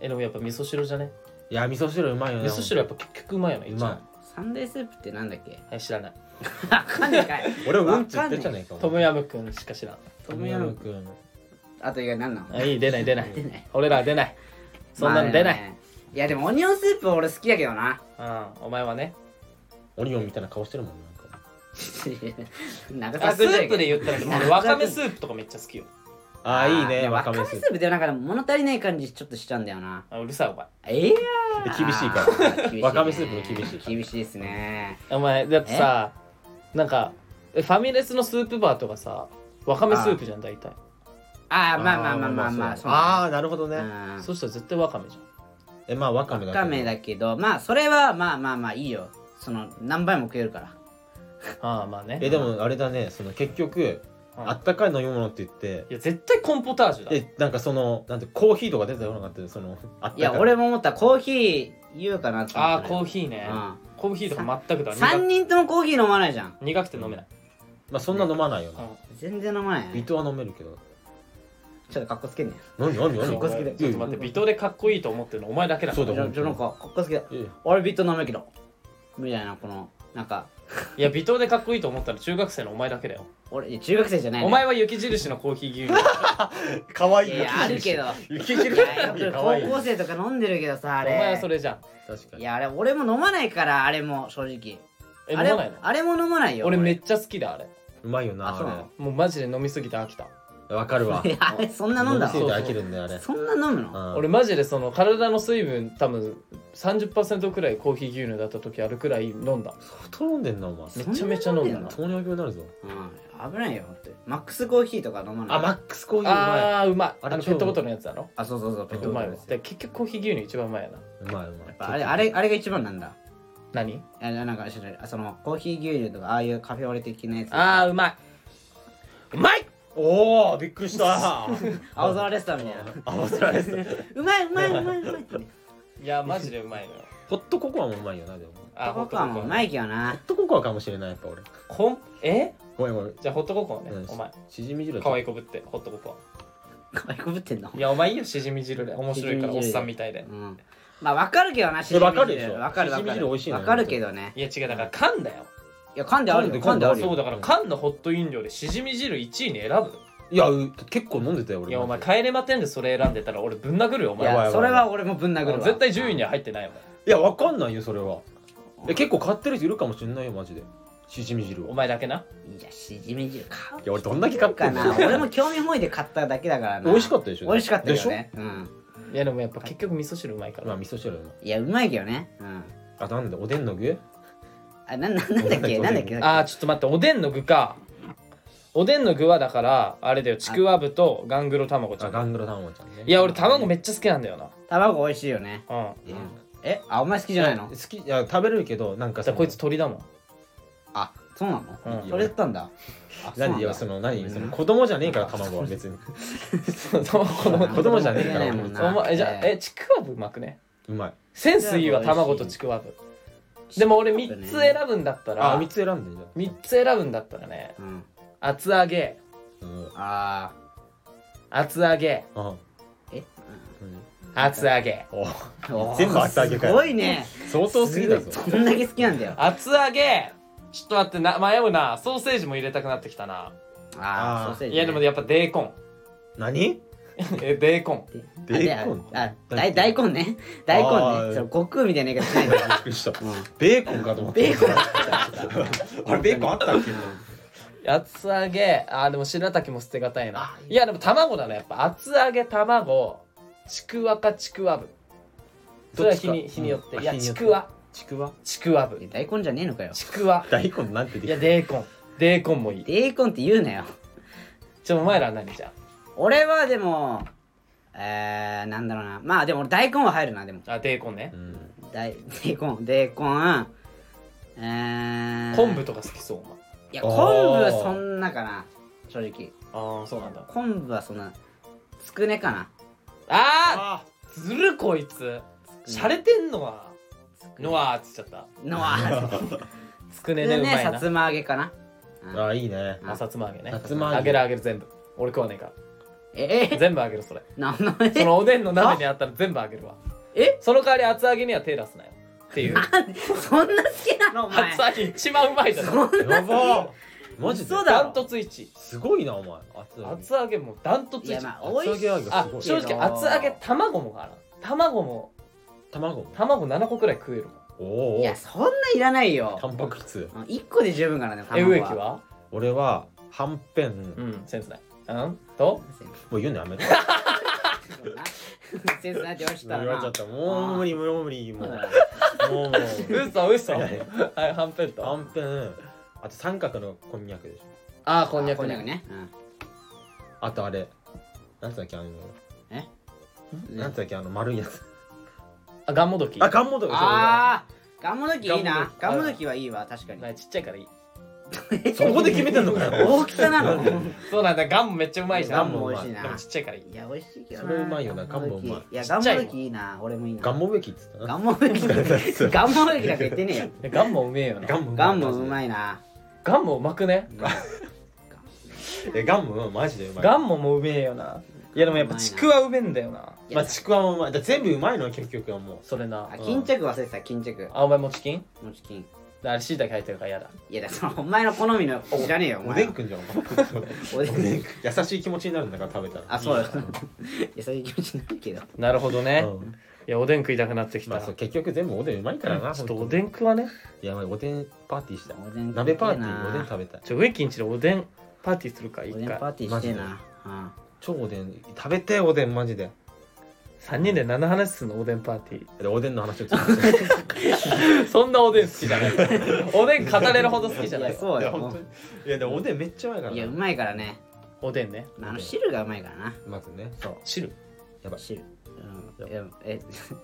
[SPEAKER 2] えでもやっぱ味噌汁じゃね
[SPEAKER 4] いや味噌汁うまいよね
[SPEAKER 2] 味噌汁やっぱ結局うまいよね
[SPEAKER 4] う
[SPEAKER 2] 一番
[SPEAKER 4] ま
[SPEAKER 3] サンデースープってなんだっけ
[SPEAKER 2] はい知らない
[SPEAKER 3] わかんないかい
[SPEAKER 4] い 俺うんち言ってんじゃねえか
[SPEAKER 2] トム
[SPEAKER 4] ヤ
[SPEAKER 2] ヤムクンしか知らん
[SPEAKER 3] トムヤムクン
[SPEAKER 4] くん
[SPEAKER 3] あと以外何なの
[SPEAKER 2] あいい出ない出ない
[SPEAKER 3] 出ない
[SPEAKER 2] 俺らは出ないそんなの出ない、
[SPEAKER 3] まあねいやでもオニオンスープは俺好きやけどな
[SPEAKER 2] うんお前はね
[SPEAKER 4] オニオンみたいな顔してるもんなんか
[SPEAKER 3] 長
[SPEAKER 2] あ
[SPEAKER 3] さ
[SPEAKER 2] スープで言ったらでも俺わかめス
[SPEAKER 3] プ
[SPEAKER 2] ープとかめっちゃ好きよ
[SPEAKER 4] ああいいね
[SPEAKER 3] わ
[SPEAKER 4] わか
[SPEAKER 3] かめ
[SPEAKER 4] め
[SPEAKER 3] ス
[SPEAKER 4] スー
[SPEAKER 3] ープってなんか物足りない感じちょっとしちゃうんだよな
[SPEAKER 2] あうるさいお前
[SPEAKER 3] ええ
[SPEAKER 4] プ厳しいから
[SPEAKER 3] ら
[SPEAKER 4] わかめスープも厳しいから
[SPEAKER 3] 厳しいですね
[SPEAKER 2] お前だってさなんかえファミレスのスープバーとかさわかめスープじゃん大体
[SPEAKER 3] ああまあまあまあまあまあ
[SPEAKER 4] そうああなるほどね
[SPEAKER 3] あ
[SPEAKER 2] そしたら絶対わかめじゃん
[SPEAKER 4] えまあわかめだ
[SPEAKER 3] わ
[SPEAKER 4] け
[SPEAKER 3] かめだけどまあそれはまあまあまあいいよその何倍も食えるから
[SPEAKER 2] ああまあね
[SPEAKER 4] えでもあれだねその結局
[SPEAKER 2] うん
[SPEAKER 4] あったかい飲み物って言って
[SPEAKER 2] いや絶対コンポタージュだ
[SPEAKER 4] でなんかそのなんてコーヒーとか出てこなかったよそのあったか
[SPEAKER 3] いや俺も思ったコーヒー言うかなって思
[SPEAKER 2] あ
[SPEAKER 3] っ
[SPEAKER 2] あ
[SPEAKER 3] た
[SPEAKER 2] コーヒーねコーヒーとか全くだ
[SPEAKER 3] 3
[SPEAKER 2] 苦
[SPEAKER 3] 人ともコーヒー飲まないじゃん
[SPEAKER 2] 苦くて飲めない
[SPEAKER 4] まあそんな飲まないよな
[SPEAKER 2] うん
[SPEAKER 3] 全然飲まない
[SPEAKER 4] ビ
[SPEAKER 3] ね
[SPEAKER 4] トは飲めるけど
[SPEAKER 3] ちょっとかっこつけんね
[SPEAKER 4] 何何
[SPEAKER 3] かっ
[SPEAKER 4] 何
[SPEAKER 3] こつけて
[SPEAKER 2] ちょっと待って、ビトでかっこいいと思ってるのお前だけだか
[SPEAKER 4] そ
[SPEAKER 2] ら
[SPEAKER 4] うだ
[SPEAKER 3] じゃあじゃあなんかかっこつけて
[SPEAKER 4] いやいや
[SPEAKER 3] 俺ビット飲めけどみたいなこのなんか
[SPEAKER 2] いや、微糖でかっこいいと思ったの中学生のお前だけだよ。
[SPEAKER 3] 俺いや中学生じゃないの
[SPEAKER 2] お前は雪印のコーヒー牛乳。
[SPEAKER 4] 可愛い
[SPEAKER 3] いやいやあるけど
[SPEAKER 4] 雪印
[SPEAKER 3] いややっ
[SPEAKER 4] 可
[SPEAKER 3] ぱ
[SPEAKER 4] 愛
[SPEAKER 3] り
[SPEAKER 4] い
[SPEAKER 3] 高校生とか飲んでるけどさあ
[SPEAKER 2] お
[SPEAKER 3] れ
[SPEAKER 2] 前はそれじゃん。
[SPEAKER 4] 確か
[SPEAKER 3] い
[SPEAKER 4] に
[SPEAKER 3] やあれ俺も飲まないからあれも正直
[SPEAKER 2] え、飲
[SPEAKER 3] あ
[SPEAKER 2] ま
[SPEAKER 3] れ
[SPEAKER 2] ないの
[SPEAKER 3] あれも飲まないよ
[SPEAKER 2] 俺めっちゃ好きだ、あれ。
[SPEAKER 4] うまいよ
[SPEAKER 3] あそうな
[SPEAKER 4] な
[SPEAKER 3] の
[SPEAKER 2] もうマジで飲みすぎて飽きた。
[SPEAKER 4] あれわかるわ
[SPEAKER 3] いやあれ そんな飲んだ
[SPEAKER 4] 飲
[SPEAKER 2] そ
[SPEAKER 4] み
[SPEAKER 2] う
[SPEAKER 4] すぎて飽きるんだよあれ
[SPEAKER 3] そんな飲むの
[SPEAKER 4] うん
[SPEAKER 2] 俺マジでその体の水分多分30%くらいコーヒー牛乳だった時あるくらい飲んだ。
[SPEAKER 4] 相当飲んでんなお前
[SPEAKER 2] めちゃめちゃ飲んだな。
[SPEAKER 4] 糖尿病になるぞ
[SPEAKER 3] うん危ないよ本当にマックスコーヒーとか飲まない
[SPEAKER 4] あマックスコーヒーうま
[SPEAKER 2] あーうまい。
[SPEAKER 4] あ
[SPEAKER 2] あ
[SPEAKER 4] れ
[SPEAKER 2] の
[SPEAKER 4] 超
[SPEAKER 2] ペットボトルのやつだろ。
[SPEAKER 3] あそうそうそうペッ
[SPEAKER 2] う
[SPEAKER 3] トボ
[SPEAKER 2] まい
[SPEAKER 3] トル
[SPEAKER 2] わ
[SPEAKER 3] です。
[SPEAKER 2] で結局コーヒー牛乳一番うまいやな。
[SPEAKER 4] いうまいうまい
[SPEAKER 3] あれあれあれが一番なんだ
[SPEAKER 2] 何
[SPEAKER 3] いやなんか知らないそのコーヒー牛乳とかああいうカフェオレ的なやつ
[SPEAKER 2] あーうまい。
[SPEAKER 4] うまいおおびっくりした
[SPEAKER 3] 青空レストランみたいな
[SPEAKER 4] 青空です
[SPEAKER 3] うまいうまいうまいうまいって
[SPEAKER 2] いやマジでうまいのよ。
[SPEAKER 4] ホットココアもうまいよなでもホ
[SPEAKER 2] あ
[SPEAKER 3] ココアもうまいけどな
[SPEAKER 4] ットココアかもしれないやっぱ俺
[SPEAKER 2] こんえ
[SPEAKER 4] ごめんごめん
[SPEAKER 2] じゃあホットココアね
[SPEAKER 4] うん。
[SPEAKER 2] お前。
[SPEAKER 4] しじみ汁
[SPEAKER 2] 可愛い
[SPEAKER 4] い
[SPEAKER 2] こぶってホットココ
[SPEAKER 3] 可愛いこぶってんの
[SPEAKER 2] ア。いやお前いいよしじみ汁で面白いから
[SPEAKER 3] しじみ汁で
[SPEAKER 2] おっさんみたいで
[SPEAKER 3] う。んまあわかるけどなしじみ
[SPEAKER 4] いやわかるでしょ
[SPEAKER 3] わかるわ
[SPEAKER 4] しじみ
[SPEAKER 3] か
[SPEAKER 4] 汁美味しい
[SPEAKER 3] る
[SPEAKER 4] のよ
[SPEAKER 3] わかるけどね
[SPEAKER 2] いや違うだから缶だよ。
[SPEAKER 3] いや噛んであるよ
[SPEAKER 4] 噛
[SPEAKER 3] 噛
[SPEAKER 4] ん
[SPEAKER 3] ん
[SPEAKER 4] で
[SPEAKER 3] で
[SPEAKER 4] あ
[SPEAKER 3] あ
[SPEAKER 4] る
[SPEAKER 3] る
[SPEAKER 4] よ
[SPEAKER 3] よ
[SPEAKER 2] そうだから缶のホット飲料でしじみ汁1位に選ぶ
[SPEAKER 4] いやう結構飲んでたよ俺
[SPEAKER 2] いやお前
[SPEAKER 4] い
[SPEAKER 2] 帰れまてんでそれ選んでたら俺ぶん殴るよお
[SPEAKER 3] い
[SPEAKER 2] 前
[SPEAKER 4] ば
[SPEAKER 2] は
[SPEAKER 4] ば
[SPEAKER 3] やそれは俺もぶん殴るわ
[SPEAKER 2] 絶対10位には入ってないよ
[SPEAKER 4] やわかんないよそれはえ結構買ってる人いるかもしれないよマジでしじみ汁
[SPEAKER 2] お
[SPEAKER 4] を
[SPEAKER 2] 前だけない
[SPEAKER 3] やしじみ汁買う
[SPEAKER 4] いや俺どんだけ買って
[SPEAKER 3] か
[SPEAKER 4] んの
[SPEAKER 3] な俺も興味本位で買っただけだからな
[SPEAKER 4] 美味しかったでしょ
[SPEAKER 3] 美味しかったよ
[SPEAKER 4] でしょ
[SPEAKER 3] ねうん
[SPEAKER 2] いやでもやっぱ結局味噌汁うまいか
[SPEAKER 4] まあ
[SPEAKER 2] ら
[SPEAKER 4] 味噌汁うまい
[SPEAKER 3] いやうまいけどねうん
[SPEAKER 4] あなんだおでんの具
[SPEAKER 3] あなななんだっけなんだっけ
[SPEAKER 2] あーちょっと待っておでんの具かおでんの具はだからあれだよちくわぶとガングロ卵ちゃ
[SPEAKER 4] あ
[SPEAKER 2] ん
[SPEAKER 4] ガングロ卵ちゃんね
[SPEAKER 2] いや俺卵めっちゃ好きなんだよな
[SPEAKER 3] 卵美味しいよね
[SPEAKER 2] うん
[SPEAKER 3] えあお前好きじゃないの
[SPEAKER 4] 好きいや食べれるけどなんか
[SPEAKER 2] じ
[SPEAKER 4] さ
[SPEAKER 2] ゃあこいつ鳥だもん
[SPEAKER 3] あそうな
[SPEAKER 2] う
[SPEAKER 3] の
[SPEAKER 2] ん
[SPEAKER 3] それ言ったんだあそうな
[SPEAKER 4] 何
[SPEAKER 3] ん
[SPEAKER 4] いや
[SPEAKER 3] だ
[SPEAKER 4] その何その子供じゃねえから卵は別に
[SPEAKER 2] そうこの
[SPEAKER 4] 子供じゃねえから
[SPEAKER 3] 子供じゃねえもんな
[SPEAKER 2] お前じゃあえちくわぶうまくね
[SPEAKER 4] うまい
[SPEAKER 2] センスいいわ卵とちくわぶでも俺3つ選ぶんだった
[SPEAKER 4] あ
[SPEAKER 2] ら
[SPEAKER 4] 三つ選んでんじゃ
[SPEAKER 2] 3つ選ぶんだったらね
[SPEAKER 3] うん
[SPEAKER 2] 厚揚げ
[SPEAKER 4] んうん
[SPEAKER 3] あ
[SPEAKER 2] 厚揚げ
[SPEAKER 4] あ
[SPEAKER 3] え
[SPEAKER 4] うん
[SPEAKER 2] 厚揚げ
[SPEAKER 4] お
[SPEAKER 3] ーおー
[SPEAKER 4] 全部厚揚げか
[SPEAKER 3] す
[SPEAKER 4] よ
[SPEAKER 3] ごいね
[SPEAKER 4] 相当すぎだぞ
[SPEAKER 3] どんだけ好きなんだよ
[SPEAKER 2] 厚揚げちょっと待ってな迷うなソーセージも入れたくなってきたな
[SPEAKER 4] あ
[SPEAKER 3] あ
[SPEAKER 4] ー
[SPEAKER 3] あソーセージ
[SPEAKER 2] い
[SPEAKER 3] ね
[SPEAKER 2] やでもやっぱデーコン
[SPEAKER 4] 何
[SPEAKER 2] えデーコン
[SPEAKER 4] ベーコン
[SPEAKER 3] あでああ大大根ね大
[SPEAKER 4] あ
[SPEAKER 3] 根
[SPEAKER 4] ー
[SPEAKER 3] ねそれ悟空みたいな言い方し
[SPEAKER 4] び
[SPEAKER 3] ないで
[SPEAKER 4] っくりした
[SPEAKER 3] うん
[SPEAKER 4] ベーコンかと思った
[SPEAKER 3] ベーコン
[SPEAKER 4] あれベーコンあったっけ
[SPEAKER 2] 厚揚げあーでも白滝も捨てがたいないやでも卵だねやっぱ厚揚げ卵ちくわかちくわぶそれは日
[SPEAKER 4] どっ
[SPEAKER 2] に
[SPEAKER 4] ちか
[SPEAKER 2] 日によって、
[SPEAKER 4] うん
[SPEAKER 2] いや
[SPEAKER 4] あ日によ
[SPEAKER 2] ち
[SPEAKER 4] って
[SPEAKER 2] くわ
[SPEAKER 4] ちくわ
[SPEAKER 2] ちくわぶ
[SPEAKER 3] 大根じゃねえのかよ
[SPEAKER 2] ちくわ
[SPEAKER 4] 大根なんて
[SPEAKER 2] い
[SPEAKER 4] で
[SPEAKER 2] や
[SPEAKER 4] き
[SPEAKER 2] デーコンデーコンもいい
[SPEAKER 3] 大根って言うなよ
[SPEAKER 2] じゃあお前らは何じゃ
[SPEAKER 3] 俺はでもえー、なんだろうなまあでも俺大根は入るなでも
[SPEAKER 2] ああデーコンね
[SPEAKER 4] うん
[SPEAKER 3] 大大根大根えー、
[SPEAKER 2] 昆布とか好きそうお前
[SPEAKER 3] いや昆布はそんなかな正直
[SPEAKER 2] ああそうなんだ
[SPEAKER 3] 昆布はそんなつくねかな
[SPEAKER 4] あ
[SPEAKER 2] あーずるこいつしゃれてんのはノアーっつっちゃった
[SPEAKER 3] のは
[SPEAKER 2] つく
[SPEAKER 3] つく
[SPEAKER 2] ねねうま
[SPEAKER 3] ね
[SPEAKER 2] い
[SPEAKER 3] さ
[SPEAKER 2] な
[SPEAKER 3] つま揚げかな
[SPEAKER 4] ーあーいいね
[SPEAKER 2] あさつま揚げね
[SPEAKER 4] さつま揚げ
[SPEAKER 2] 揚げる揚げる全部俺食わねえか
[SPEAKER 3] え
[SPEAKER 2] ら全部揚げるそれ
[SPEAKER 3] なな
[SPEAKER 2] そ のおでんの鍋にあったら全部揚げるわ
[SPEAKER 3] え
[SPEAKER 2] その代わり厚揚げには手出すなよっていう
[SPEAKER 3] そんな好きなのお前
[SPEAKER 2] 厚揚げ一番うまいだろ
[SPEAKER 4] やばー マジで
[SPEAKER 3] 嘘だ
[SPEAKER 2] ダ
[SPEAKER 3] ろ
[SPEAKER 2] ントツ1位
[SPEAKER 4] すごいなお前熱い
[SPEAKER 2] 厚揚げもダントツ
[SPEAKER 3] いや
[SPEAKER 2] 1位
[SPEAKER 3] ま
[SPEAKER 2] あ
[SPEAKER 3] あ美味し
[SPEAKER 4] 厚
[SPEAKER 3] い
[SPEAKER 4] 揚げはすごい
[SPEAKER 2] 正直厚揚げ卵もかな卵も
[SPEAKER 4] 卵
[SPEAKER 2] 卵7個くらい食えるもん
[SPEAKER 4] おお
[SPEAKER 3] いやそんないらないよ
[SPEAKER 4] タンパク質
[SPEAKER 3] うん一個で十分からね
[SPEAKER 2] え
[SPEAKER 3] 卵
[SPEAKER 2] 植木は
[SPEAKER 4] 俺ははんぺんも
[SPEAKER 2] うんセンスないうんと
[SPEAKER 4] う言うのやめろ
[SPEAKER 3] そうなセンスないって言われちゃった
[SPEAKER 4] 言われちゃった
[SPEAKER 3] あ
[SPEAKER 4] もう
[SPEAKER 3] ー
[SPEAKER 4] 無理もう無理もう
[SPEAKER 3] らな
[SPEAKER 4] もうもう
[SPEAKER 2] 嘘嘘
[SPEAKER 4] いやい
[SPEAKER 2] はいはんぺん
[SPEAKER 4] は
[SPEAKER 2] と
[SPEAKER 4] んぺんあと三角のこんにゃくでしょ
[SPEAKER 2] あー
[SPEAKER 3] こ
[SPEAKER 2] こ
[SPEAKER 3] ん
[SPEAKER 2] ん
[SPEAKER 3] に
[SPEAKER 2] に
[SPEAKER 3] ゃ
[SPEAKER 2] ゃ
[SPEAKER 3] く
[SPEAKER 2] く
[SPEAKER 3] ね
[SPEAKER 2] ね
[SPEAKER 4] あとあれなんつうんだっけあの
[SPEAKER 3] うん
[SPEAKER 4] なんつうんだっけあの丸いやつ
[SPEAKER 2] あがんもどき
[SPEAKER 4] あガンモドキ
[SPEAKER 3] ああガンモドキいいな
[SPEAKER 2] ガ
[SPEAKER 3] ガ
[SPEAKER 2] ンモ
[SPEAKER 3] ンモ
[SPEAKER 2] ド
[SPEAKER 3] ド
[SPEAKER 2] キ
[SPEAKER 3] キはいいわ確かに
[SPEAKER 2] まあちっちゃいからいい
[SPEAKER 4] そこで決めてんのかよ
[SPEAKER 3] 大きさなの
[SPEAKER 2] そうなんだガンもめっちゃうまいじゃん
[SPEAKER 3] ガンも美味しいな
[SPEAKER 2] でもちっちゃいからいい
[SPEAKER 3] いや美味しいけどな
[SPEAKER 4] それうまいよなガンモうまい
[SPEAKER 3] いやガンモドキいいな俺もいいな
[SPEAKER 4] ガンモべきっつった
[SPEAKER 3] ガ
[SPEAKER 4] な
[SPEAKER 3] ンモドキガンモドキだけ言ってねえよ
[SPEAKER 2] ガンもうめえよ な
[SPEAKER 4] ガンモ
[SPEAKER 3] ガンもうま
[SPEAKER 4] い
[SPEAKER 3] いな
[SPEAKER 2] ガンもうまくね
[SPEAKER 4] えガンモマジでうまい
[SPEAKER 2] ガンももうめえよないやでもやっぱちくわうめえんだよな
[SPEAKER 4] まあちくわもうまいだから全部うまいのよ結局はも
[SPEAKER 2] それな
[SPEAKER 3] あ巾着忘れてた巾着
[SPEAKER 2] あお前もチキン
[SPEAKER 3] もち巾
[SPEAKER 2] あれしいたけ入ってるから嫌だ
[SPEAKER 3] いやだからお前の好みの知らねえよお
[SPEAKER 4] うお
[SPEAKER 3] 前
[SPEAKER 4] で
[SPEAKER 3] は
[SPEAKER 4] んくんじゃんお
[SPEAKER 3] おで
[SPEAKER 4] 前おでん
[SPEAKER 3] ん
[SPEAKER 4] くん優しい気持ちになるんだから食べたら
[SPEAKER 3] あそうだ
[SPEAKER 4] いいよ
[SPEAKER 3] 優しい気持ちになるけど
[SPEAKER 2] なるほどね、
[SPEAKER 4] うん
[SPEAKER 2] いやおでん食いたくなってき
[SPEAKER 4] ま
[SPEAKER 2] た、
[SPEAKER 4] あそう結局全部おでんうまいからな
[SPEAKER 2] ちょっと
[SPEAKER 4] ほ
[SPEAKER 2] お
[SPEAKER 4] んとに
[SPEAKER 2] でん食わね
[SPEAKER 4] いやばいおでんパーティーしたい
[SPEAKER 3] おでん
[SPEAKER 4] 鍋パーティーおで
[SPEAKER 3] 食え
[SPEAKER 4] ん
[SPEAKER 3] な
[SPEAKER 4] 食べたい
[SPEAKER 2] ちょ植木んちでおでんパーティーするか一
[SPEAKER 3] おでんパ
[SPEAKER 2] 回
[SPEAKER 3] ーティーしてえなうん
[SPEAKER 4] 超おでん食べておでんマジで
[SPEAKER 2] 3人で何の話すんのおでんパーティ
[SPEAKER 4] でおでんの話をずっとしてる
[SPEAKER 2] ー そんなおでん好きじゃないおでん語れるほど好きじゃない
[SPEAKER 3] いやそう
[SPEAKER 4] いや
[SPEAKER 3] よ
[SPEAKER 4] 本
[SPEAKER 3] も
[SPEAKER 4] 当にいやでもおでんめっちゃうまいから
[SPEAKER 3] うい
[SPEAKER 4] な
[SPEAKER 3] やうまいからね
[SPEAKER 2] おでんね
[SPEAKER 3] あの汁がうまいからな
[SPEAKER 4] まずねそう
[SPEAKER 2] 汁
[SPEAKER 3] 汁うんいやえ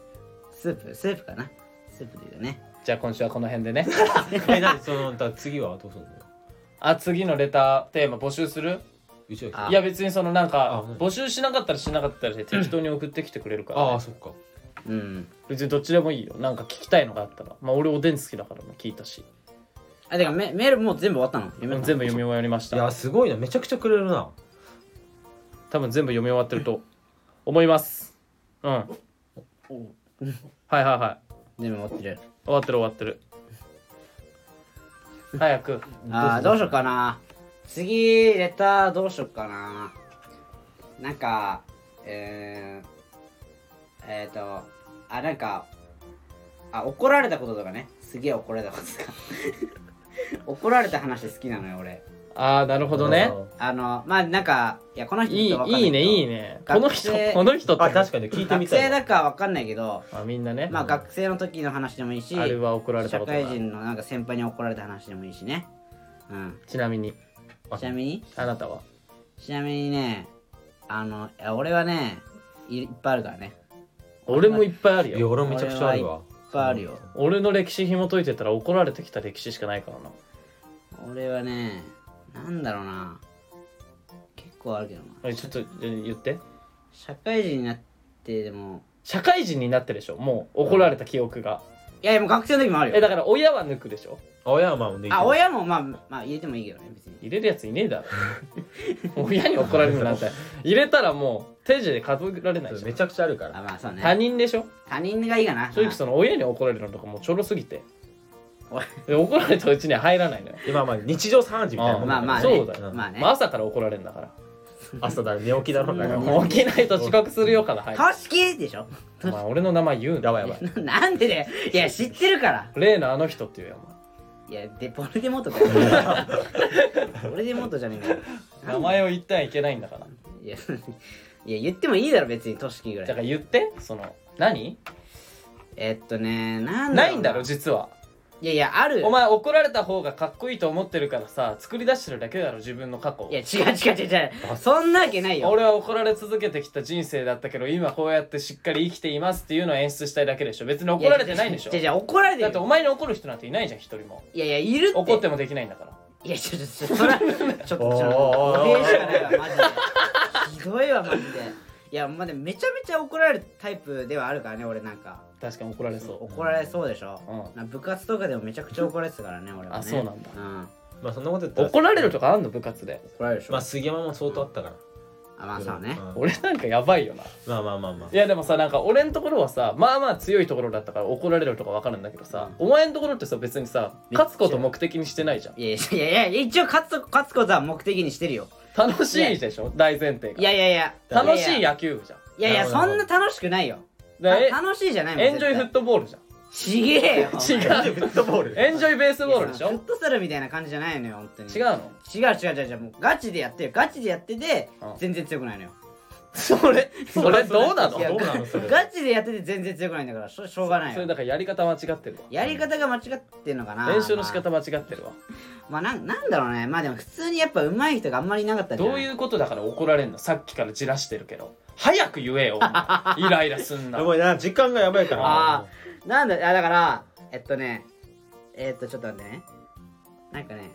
[SPEAKER 3] スープスープかなスープでいいよね
[SPEAKER 2] じゃあ今週はこの辺でね
[SPEAKER 4] え何そのだから次はどうするの
[SPEAKER 2] あ次のレターテーマ募集する
[SPEAKER 4] うちは
[SPEAKER 3] あ
[SPEAKER 2] いや別にそのなん
[SPEAKER 4] あ
[SPEAKER 2] か
[SPEAKER 4] うん
[SPEAKER 2] 募集しなかったらしなかったらで適当に送ってきてくれるから、
[SPEAKER 4] ああそっか
[SPEAKER 3] うん
[SPEAKER 2] 別にどっちでもいいよなんか聞きたいのがあったらまあ俺おでん好きだからも聞いたし
[SPEAKER 3] あてかメメールもう全部終わったの読
[SPEAKER 2] 全
[SPEAKER 3] め
[SPEAKER 2] 部
[SPEAKER 3] たの
[SPEAKER 2] 読み終わりまし
[SPEAKER 4] いや
[SPEAKER 2] た
[SPEAKER 4] すごいなめちゃくちゃくれるな
[SPEAKER 2] 多分全部読み終わってると思いますうんはいはいはい
[SPEAKER 3] 全部終わってる
[SPEAKER 2] 終わってる終わってる早く
[SPEAKER 3] あーどうしようかな次レターどうしようかななんかえー、えっ、とあなんかあ怒られたこととかねすげえ怒られたこととか 怒られた話好きなのよ俺
[SPEAKER 2] ああなるほどね
[SPEAKER 3] あのまあなんかいやこの人
[SPEAKER 2] い
[SPEAKER 3] ち
[SPEAKER 2] い
[SPEAKER 3] ょっとわかんない
[SPEAKER 2] いいねいい
[SPEAKER 3] ね
[SPEAKER 2] ねこの
[SPEAKER 3] 学
[SPEAKER 2] 人
[SPEAKER 3] 生
[SPEAKER 2] この人って
[SPEAKER 4] あ確かに聞いて
[SPEAKER 3] 学
[SPEAKER 4] みたい
[SPEAKER 3] 生
[SPEAKER 4] わ
[SPEAKER 3] だかわかんないけど
[SPEAKER 2] あみんなね、
[SPEAKER 3] まあ学生の時の話でもいいし
[SPEAKER 2] あれは怒られた
[SPEAKER 3] 社
[SPEAKER 2] ことが
[SPEAKER 3] 会人のなんか先輩に怒られた話でもいいしねうん
[SPEAKER 2] ちなみに
[SPEAKER 4] あ
[SPEAKER 3] ちなみに
[SPEAKER 2] あなたは
[SPEAKER 3] ちなみにね、あの、いや俺はねい、いっぱいあるからね。
[SPEAKER 2] 俺もいっぱいあるよ
[SPEAKER 4] いや俺もめちゃくちゃあるわ
[SPEAKER 3] いっぱいあるよ。
[SPEAKER 2] 俺の歴史紐解いてたら怒られてきた歴史しかないからな
[SPEAKER 3] 俺はね、なんだろうな。結構あるけどな。
[SPEAKER 2] えちょっとえ言って
[SPEAKER 3] 社会人になってでも、
[SPEAKER 2] 社会人になってるでしょもう怒られた記憶が
[SPEAKER 3] いやでも学生の時もある
[SPEAKER 2] え
[SPEAKER 3] よ。
[SPEAKER 2] だから親は抜くでしょ
[SPEAKER 4] 親はまあおでん
[SPEAKER 3] あ、親もまあ、まあ入れてもいいけどね、別に。
[SPEAKER 2] 入れるやついねえだ ろ親に怒られるなんて入れたらもう手順で数えられない
[SPEAKER 4] そう
[SPEAKER 2] じゃ
[SPEAKER 4] め
[SPEAKER 2] ん
[SPEAKER 4] ちゃくちゃあるから
[SPEAKER 3] あ、まあそうね。
[SPEAKER 2] 他人でしょ
[SPEAKER 3] 他人がいいかな。
[SPEAKER 2] 正直その親に怒られるのとかもうちょろすぎて
[SPEAKER 3] おい
[SPEAKER 2] で怒られたうちには入らないのよ
[SPEAKER 4] 今はまあ日常3時みたいなもんだ
[SPEAKER 3] ま
[SPEAKER 4] から
[SPEAKER 3] あまあ
[SPEAKER 2] そ
[SPEAKER 3] ね
[SPEAKER 2] うだよ。
[SPEAKER 3] まあね
[SPEAKER 2] まあ。朝から怒られるんだから
[SPEAKER 4] 朝だ寝起きだろだからもう
[SPEAKER 2] 起きないと遅刻するよから入る
[SPEAKER 3] 公式でしょ
[SPEAKER 2] お前俺の名前言う
[SPEAKER 4] や
[SPEAKER 2] な
[SPEAKER 4] ばいやばい
[SPEAKER 3] なんでだよ。いや、知ってるから。
[SPEAKER 2] 例のあの人っていうやん
[SPEAKER 3] いや、で、ボルデモートかよ。 ボルデモートじゃねえかよ。
[SPEAKER 2] 名前を言ってはいけないんだから
[SPEAKER 3] いや、 いや言ってもいいだろ、別に、トシキぐらい。
[SPEAKER 2] だから言ってその何
[SPEAKER 3] えっとね、なんだ
[SPEAKER 2] な
[SPEAKER 3] ろう
[SPEAKER 2] いんだろ実はい
[SPEAKER 3] やいや、ある。
[SPEAKER 2] お前怒られた方がかっこいいと思ってるからさ作り出してるだけだろ自分の過去を
[SPEAKER 3] いや、違う違う違う違う。そんなわけないよ。
[SPEAKER 2] 俺は怒られ続けてきた人生だったけど今こうやってしっかり生きていますっていうのを演出したいだけでしょ別に怒られてないでしょ
[SPEAKER 3] じゃじゃ怒られて
[SPEAKER 2] だっ
[SPEAKER 3] る
[SPEAKER 2] てお
[SPEAKER 3] よ。
[SPEAKER 2] 前に怒る人なんていないじゃん一人も
[SPEAKER 3] いやいや、いるって。
[SPEAKER 2] 怒ってもできないんだから
[SPEAKER 3] いや、ちょっと、ちょっと、それ は、ちょっと、ちょっと、
[SPEAKER 4] おー
[SPEAKER 3] お礼しかないわ、マジで。ひどいわ、マジで。いや、まあ、でもめちゃめちゃ怒られるタイプではあるからね、俺なんか。
[SPEAKER 2] 確かに怒られそ
[SPEAKER 3] 怒られそうでしょ。
[SPEAKER 2] うん
[SPEAKER 3] な部活とかでもめちゃくちゃ怒られてたからね、俺は、ね。
[SPEAKER 2] あそうなんだ
[SPEAKER 3] うん。
[SPEAKER 4] まあそんなこと言った
[SPEAKER 2] う
[SPEAKER 4] ら
[SPEAKER 2] 怒られるとかあんの部活で
[SPEAKER 3] 怒られるでしょ。
[SPEAKER 4] まあ杉山も相当あったから
[SPEAKER 3] あ、まあ、そうね。
[SPEAKER 4] ん
[SPEAKER 2] 俺なんかやばいよな
[SPEAKER 4] まあまあまあまあ
[SPEAKER 2] いやでもさなんか俺のところはさまあまあ強いところだったから怒られるとかわかるんだけどさ、お前のところってさ別にさ勝つこと目的にしてないじゃん
[SPEAKER 3] いやいやいやいや、一応勝つ、勝つことは目的にしてるよ。
[SPEAKER 2] 楽しいでしょ大前提
[SPEAKER 3] い
[SPEAKER 2] が
[SPEAKER 3] やいやいや。
[SPEAKER 2] 楽しい野球部じゃん
[SPEAKER 3] いやいや、
[SPEAKER 4] なる
[SPEAKER 3] そ
[SPEAKER 4] ほど
[SPEAKER 3] んな楽しくないよ。
[SPEAKER 2] だえ
[SPEAKER 3] た楽しいじゃないもん。
[SPEAKER 2] エンジョイフットボールじゃん
[SPEAKER 3] ちげえ
[SPEAKER 2] 違
[SPEAKER 3] よ。う。
[SPEAKER 2] う
[SPEAKER 4] フットボール
[SPEAKER 2] エンジョイベース
[SPEAKER 3] フ
[SPEAKER 2] ボールでしょ
[SPEAKER 3] ットサルみたいな感じじゃないのよ、本当に。
[SPEAKER 2] 違うの
[SPEAKER 3] 違う違う違う違う。もうガチでやってる。ガチでやってて
[SPEAKER 2] うん、
[SPEAKER 3] 全然強くないのよ。
[SPEAKER 2] それそれどうなの
[SPEAKER 3] いや
[SPEAKER 4] どうなのそれ
[SPEAKER 3] ガチでやってて全然強くないんだから、しょしょうがない
[SPEAKER 2] それ
[SPEAKER 3] よ。
[SPEAKER 2] だからやり方間違ってる
[SPEAKER 3] やり方が間違ってんのかな
[SPEAKER 2] わ練習の仕方
[SPEAKER 3] ま
[SPEAKER 2] 間違ってるわ
[SPEAKER 3] あ、まあなんなんだろうねまあでも普通にやっぱ上手い人があんまりいなかったんじゃ
[SPEAKER 2] ど
[SPEAKER 3] な
[SPEAKER 2] う
[SPEAKER 3] い
[SPEAKER 2] いうことだから怒られんのさっきからじらしてるけど早く言えよお前イライラすんな
[SPEAKER 4] やばいな時間がやばいから
[SPEAKER 3] ああなんだあだからえっとねえっとちょっと待ってねなんかね、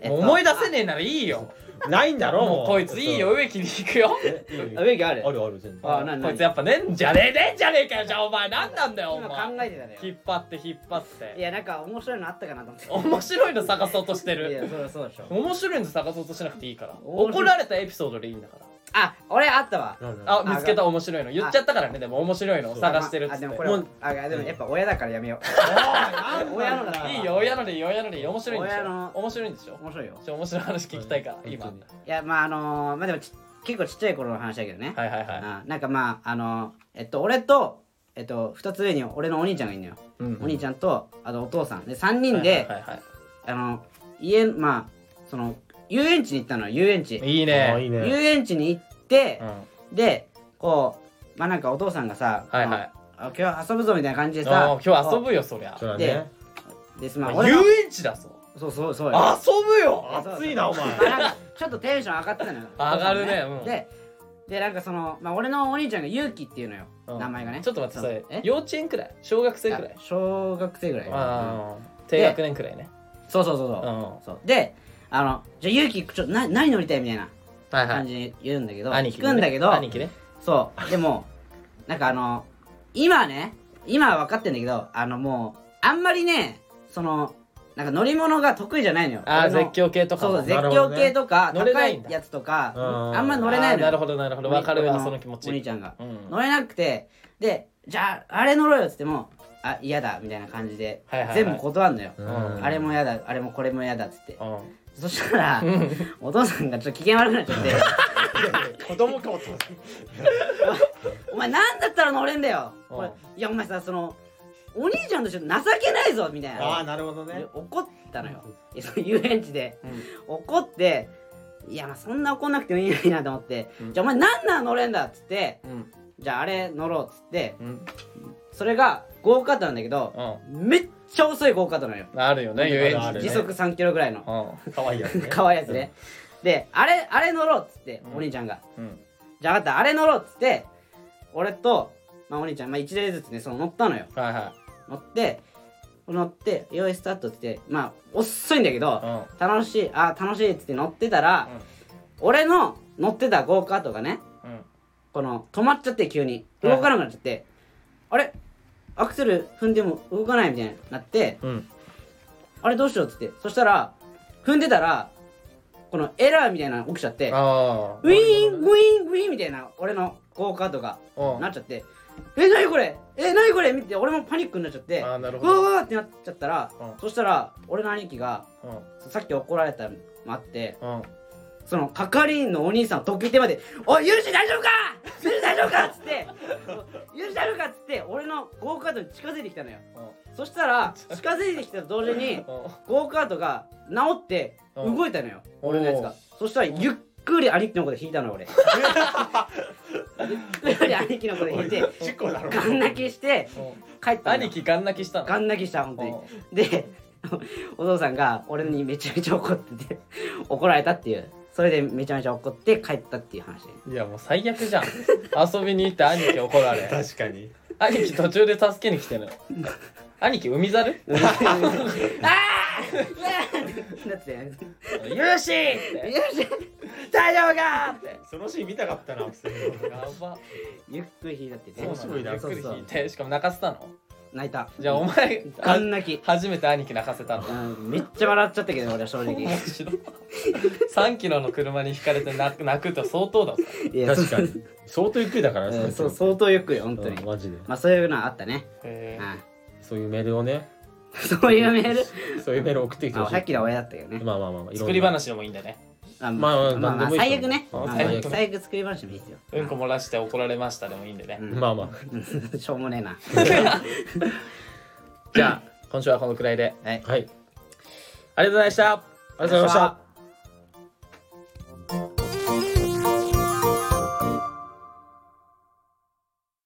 [SPEAKER 3] えっと
[SPEAKER 2] 思い出せねえならいいよ
[SPEAKER 4] ないんだろ
[SPEAKER 2] もうこいついいよ植木に行 くよ
[SPEAKER 4] えいい
[SPEAKER 3] あ
[SPEAKER 4] よ
[SPEAKER 3] 植木ある
[SPEAKER 4] あるある全然
[SPEAKER 3] あなに
[SPEAKER 2] こ
[SPEAKER 3] なに
[SPEAKER 2] いつやっぱねんじゃねえねんじゃねえかよじゃあお前何なんだよお
[SPEAKER 3] 今考
[SPEAKER 2] 前
[SPEAKER 3] えてたのよ
[SPEAKER 2] 引っ張って引っ張っ
[SPEAKER 3] い
[SPEAKER 2] て
[SPEAKER 3] やなんか面白いのあったかなと思って
[SPEAKER 2] 面白いの探そうとして
[SPEAKER 3] い
[SPEAKER 2] る
[SPEAKER 3] やそうそうでしょ
[SPEAKER 2] 面白いの探そうとしなくていいから
[SPEAKER 3] 面白い
[SPEAKER 2] 怒られたエピソードでいいんだから
[SPEAKER 3] あ俺あったわ
[SPEAKER 2] あ見つけた面白いの言っちゃったからねでも面白いのを探してるっつ
[SPEAKER 3] あ
[SPEAKER 2] って
[SPEAKER 3] でもこれはあでもやっぱ親だからやめよう親のだ
[SPEAKER 2] いいよ親のでいいよ親のでいいよ面白いんでし
[SPEAKER 3] 親の
[SPEAKER 2] ょ面白いんでしょ
[SPEAKER 3] 面白いよ
[SPEAKER 2] ちょ面白い話聞きたいから今
[SPEAKER 4] 本
[SPEAKER 2] はい
[SPEAKER 3] やまああのーまあでもち結構ちっちゃい頃の話だけどね、
[SPEAKER 2] いはいは
[SPEAKER 3] あなんかまああのえっと俺とえっと2つ上に俺のお兄ちゃんがいるのよ、
[SPEAKER 2] いうん
[SPEAKER 3] お兄ちゃんとあとお父さんで3人で、
[SPEAKER 2] はいはいは
[SPEAKER 3] あの家まあその遊園地に行ったのよ遊園地、
[SPEAKER 2] いいい
[SPEAKER 4] あい
[SPEAKER 2] ね
[SPEAKER 4] い
[SPEAKER 3] 遊
[SPEAKER 4] ね
[SPEAKER 3] 園地に行って
[SPEAKER 2] う、ん
[SPEAKER 3] でこうまあなんかお父さんがさ、
[SPEAKER 2] はいはい
[SPEAKER 3] あのあ今日遊ぶぞみたいな感じでさ
[SPEAKER 2] あー今日遊ぶよそりゃ
[SPEAKER 4] それは
[SPEAKER 3] で
[SPEAKER 4] ね
[SPEAKER 3] でまあ
[SPEAKER 2] 遊
[SPEAKER 3] 俺の
[SPEAKER 2] 園地だぞ
[SPEAKER 3] そうそうそうよ
[SPEAKER 2] 遊ぶよ
[SPEAKER 4] 熱いなお前
[SPEAKER 3] まあなんかちょっとテンション上がってたのよ
[SPEAKER 2] 上がるねうん
[SPEAKER 3] ででなんかその、まあ、俺のお兄ちゃんがゆうきっていうのよ、
[SPEAKER 2] うん
[SPEAKER 3] 名前がね
[SPEAKER 2] ちょっと待ってそれ
[SPEAKER 3] え
[SPEAKER 2] 幼稚園くらい小学生くらい
[SPEAKER 3] あ小学生ぐらい
[SPEAKER 2] ああ低学年くらいね
[SPEAKER 3] そうそうそうそうう,、
[SPEAKER 2] んは
[SPEAKER 3] そうであのじゃあゆうきちょっとな何乗りたいみたいない
[SPEAKER 2] は
[SPEAKER 3] 感
[SPEAKER 2] い
[SPEAKER 3] じに言うんだけど、
[SPEAKER 2] 兄貴
[SPEAKER 3] 聞
[SPEAKER 2] ね
[SPEAKER 3] くんだけど
[SPEAKER 2] 兄貴ね
[SPEAKER 3] そうでもなんかあの今ね今は分かってんだけどあのもうあんまりねそのなんか乗り物が得意じゃないのよ
[SPEAKER 2] ああ
[SPEAKER 3] 俺
[SPEAKER 2] 絶
[SPEAKER 3] の
[SPEAKER 2] 叫系とか
[SPEAKER 3] そう
[SPEAKER 2] も
[SPEAKER 3] そう絶
[SPEAKER 4] なるほど
[SPEAKER 3] 叫
[SPEAKER 4] ね
[SPEAKER 3] 系とか、
[SPEAKER 2] 乗れ
[SPEAKER 3] 高
[SPEAKER 2] ないん
[SPEAKER 3] い
[SPEAKER 2] だ
[SPEAKER 3] やつとか
[SPEAKER 4] うん
[SPEAKER 3] あんま乗れな
[SPEAKER 2] あ
[SPEAKER 3] いの
[SPEAKER 2] ー
[SPEAKER 3] よ
[SPEAKER 2] なるほどなるほどわかる
[SPEAKER 3] 俺
[SPEAKER 2] わ
[SPEAKER 3] の
[SPEAKER 2] その気持
[SPEAKER 3] お兄
[SPEAKER 2] ち
[SPEAKER 3] ちゃんが、
[SPEAKER 2] うん
[SPEAKER 3] 乗れなくてでじゃああれ乗ろうよっつってもあ嫌だみたいな感じで、
[SPEAKER 2] はいはいはい
[SPEAKER 3] 全部断るのよ、
[SPEAKER 2] ん
[SPEAKER 3] あれも嫌だあれもこれも嫌だっつって
[SPEAKER 2] うん
[SPEAKER 3] そし たらお父さんがちょっと機嫌悪くなっちゃって
[SPEAKER 4] 子供かお父さん
[SPEAKER 3] 「お前何だったら乗れんだよ」
[SPEAKER 2] うん
[SPEAKER 3] これいやお前さそのお兄ちゃんとして情けないぞ」みたい
[SPEAKER 4] ああ
[SPEAKER 3] な
[SPEAKER 4] なるほどね
[SPEAKER 3] で怒ったのよ いやその遊園地で、怒って「いやまあそんな怒んなくてもいいのにな」と思って「
[SPEAKER 2] うん
[SPEAKER 3] じゃあお前何なら乗れんだ」っつって
[SPEAKER 2] うん
[SPEAKER 3] 「じゃああれ乗ろう」っつって
[SPEAKER 2] うん
[SPEAKER 3] それがゴーカートなんだけど、
[SPEAKER 2] う
[SPEAKER 3] めっちゃ遅いゴーカートなのよ
[SPEAKER 2] んあるよね遊園
[SPEAKER 4] ある
[SPEAKER 2] 地
[SPEAKER 4] ね
[SPEAKER 3] 時速3キロぐらいの
[SPEAKER 2] う
[SPEAKER 4] 可愛いやつね
[SPEAKER 3] 可愛いやつね、であれあれ乗ろうっつって、
[SPEAKER 2] うん
[SPEAKER 3] お兄ちゃんが
[SPEAKER 2] んうん
[SPEAKER 3] じゃあ分かったあれ乗ろうっつって俺と、まあ、お兄ちゃん、まあ、1台ずつねその乗ったのよ
[SPEAKER 2] はいは
[SPEAKER 3] 乗って乗って「用意スタート」っつってまあ遅いんだけど、
[SPEAKER 2] いうん
[SPEAKER 3] 楽しいあ楽しいっつって乗ってたら、俺の乗ってたゴーカートがね
[SPEAKER 2] うん
[SPEAKER 3] この止まっちゃって急に
[SPEAKER 2] うん
[SPEAKER 3] 動かなくなっちゃって、あれアクセル踏んでも動かないみたいになって、
[SPEAKER 2] うん
[SPEAKER 3] あれどうしようっつってそしたら踏んでたらこのエラーみたいなの起きちゃって
[SPEAKER 2] あ
[SPEAKER 3] ウィーンウィーンウィーンみたいな俺のゴーカートが
[SPEAKER 2] あうん
[SPEAKER 3] なっちゃって「え何これえ何これ?」見て俺もパニックになっちゃって
[SPEAKER 2] あーなる
[SPEAKER 3] う
[SPEAKER 2] ほど
[SPEAKER 3] わーってなっちゃったら、
[SPEAKER 2] うん
[SPEAKER 3] そしたら俺の兄貴が
[SPEAKER 2] うん
[SPEAKER 3] さっき怒られたのもあって
[SPEAKER 2] うん
[SPEAKER 3] その係員のお兄さんの時計まで「おいユージ大丈夫かユージ大丈夫か?」っつって 「ユージ大丈夫か?」っつって俺のゴーカートに近づいてきたのよそしたら近づいてきたと同時に
[SPEAKER 2] うん
[SPEAKER 3] ゴーカートが治って
[SPEAKER 2] うん
[SPEAKER 3] 動いたのよ
[SPEAKER 2] おー
[SPEAKER 3] 俺のやつがそしたらゆっくり兄貴の子で引いたのよ 俺ゆっくり兄貴の子で引いて
[SPEAKER 4] 事故だろ
[SPEAKER 3] ガン泣きして
[SPEAKER 2] うん
[SPEAKER 3] 帰ったのよ
[SPEAKER 2] 兄貴ガン泣きしたの
[SPEAKER 3] ガン泣きした本当に
[SPEAKER 2] う
[SPEAKER 3] で お父さんが俺にめちゃめちゃ怒って て怒られたっていうそれでめちゃめちゃ怒って帰ったって いう話
[SPEAKER 2] んいやもう最悪じゃん遊びに行って兄貴怒 られ
[SPEAKER 4] 確かに
[SPEAKER 2] 兄貴途中で助けに来てるの兄貴海猿
[SPEAKER 3] だってよ
[SPEAKER 2] よしって
[SPEAKER 3] し
[SPEAKER 2] 大丈夫かって
[SPEAKER 4] そのシーン見たかったなアクセル
[SPEAKER 2] やば
[SPEAKER 3] ゆっくり引いたって
[SPEAKER 2] そう
[SPEAKER 3] 言
[SPEAKER 2] な
[SPEAKER 3] っ
[SPEAKER 2] の
[SPEAKER 3] て
[SPEAKER 4] 面白いな
[SPEAKER 2] ゆっくり
[SPEAKER 3] そうそう
[SPEAKER 2] 引いてしかも泣かせたの
[SPEAKER 3] 泣いた
[SPEAKER 2] じゃ あお前
[SPEAKER 3] ガン泣き
[SPEAKER 2] 初めて兄貴泣かせたの
[SPEAKER 3] うんめっちゃ笑っちゃったけど俺は正 直
[SPEAKER 2] 面白い3キロの車にひかれて泣く泣くと相当だぞ
[SPEAKER 3] いや
[SPEAKER 4] 確かに相当ゆっくりだから
[SPEAKER 3] うんそう
[SPEAKER 4] う
[SPEAKER 3] 相当ゆっくり本当に
[SPEAKER 4] マジで
[SPEAKER 3] まあそういうのはあったね
[SPEAKER 2] へ
[SPEAKER 3] あ
[SPEAKER 4] そういうメールをね
[SPEAKER 3] あそういうメ ール
[SPEAKER 4] そういうメールを送ってきて
[SPEAKER 3] あ
[SPEAKER 4] ほしい
[SPEAKER 3] さっきの親だったけどね
[SPEAKER 4] まあまあまあまあいろんな
[SPEAKER 2] 作り話でもいいんだね
[SPEAKER 3] あ
[SPEAKER 4] まあ
[SPEAKER 3] まあ
[SPEAKER 4] な
[SPEAKER 3] ま
[SPEAKER 4] ん
[SPEAKER 3] あ
[SPEAKER 4] でもいい
[SPEAKER 3] 最
[SPEAKER 4] と思
[SPEAKER 3] 悪
[SPEAKER 4] う
[SPEAKER 3] ね
[SPEAKER 2] あ
[SPEAKER 3] まあ
[SPEAKER 2] 最悪
[SPEAKER 3] 最悪作り話でもいいですよ
[SPEAKER 2] うんこ漏らして怒られましたでもいいんでね、
[SPEAKER 4] まあまあ
[SPEAKER 3] うん しょうもねえな
[SPEAKER 2] じゃあ今週はこのくらいで
[SPEAKER 4] はい
[SPEAKER 2] ありがとうございました
[SPEAKER 4] ありがとうございました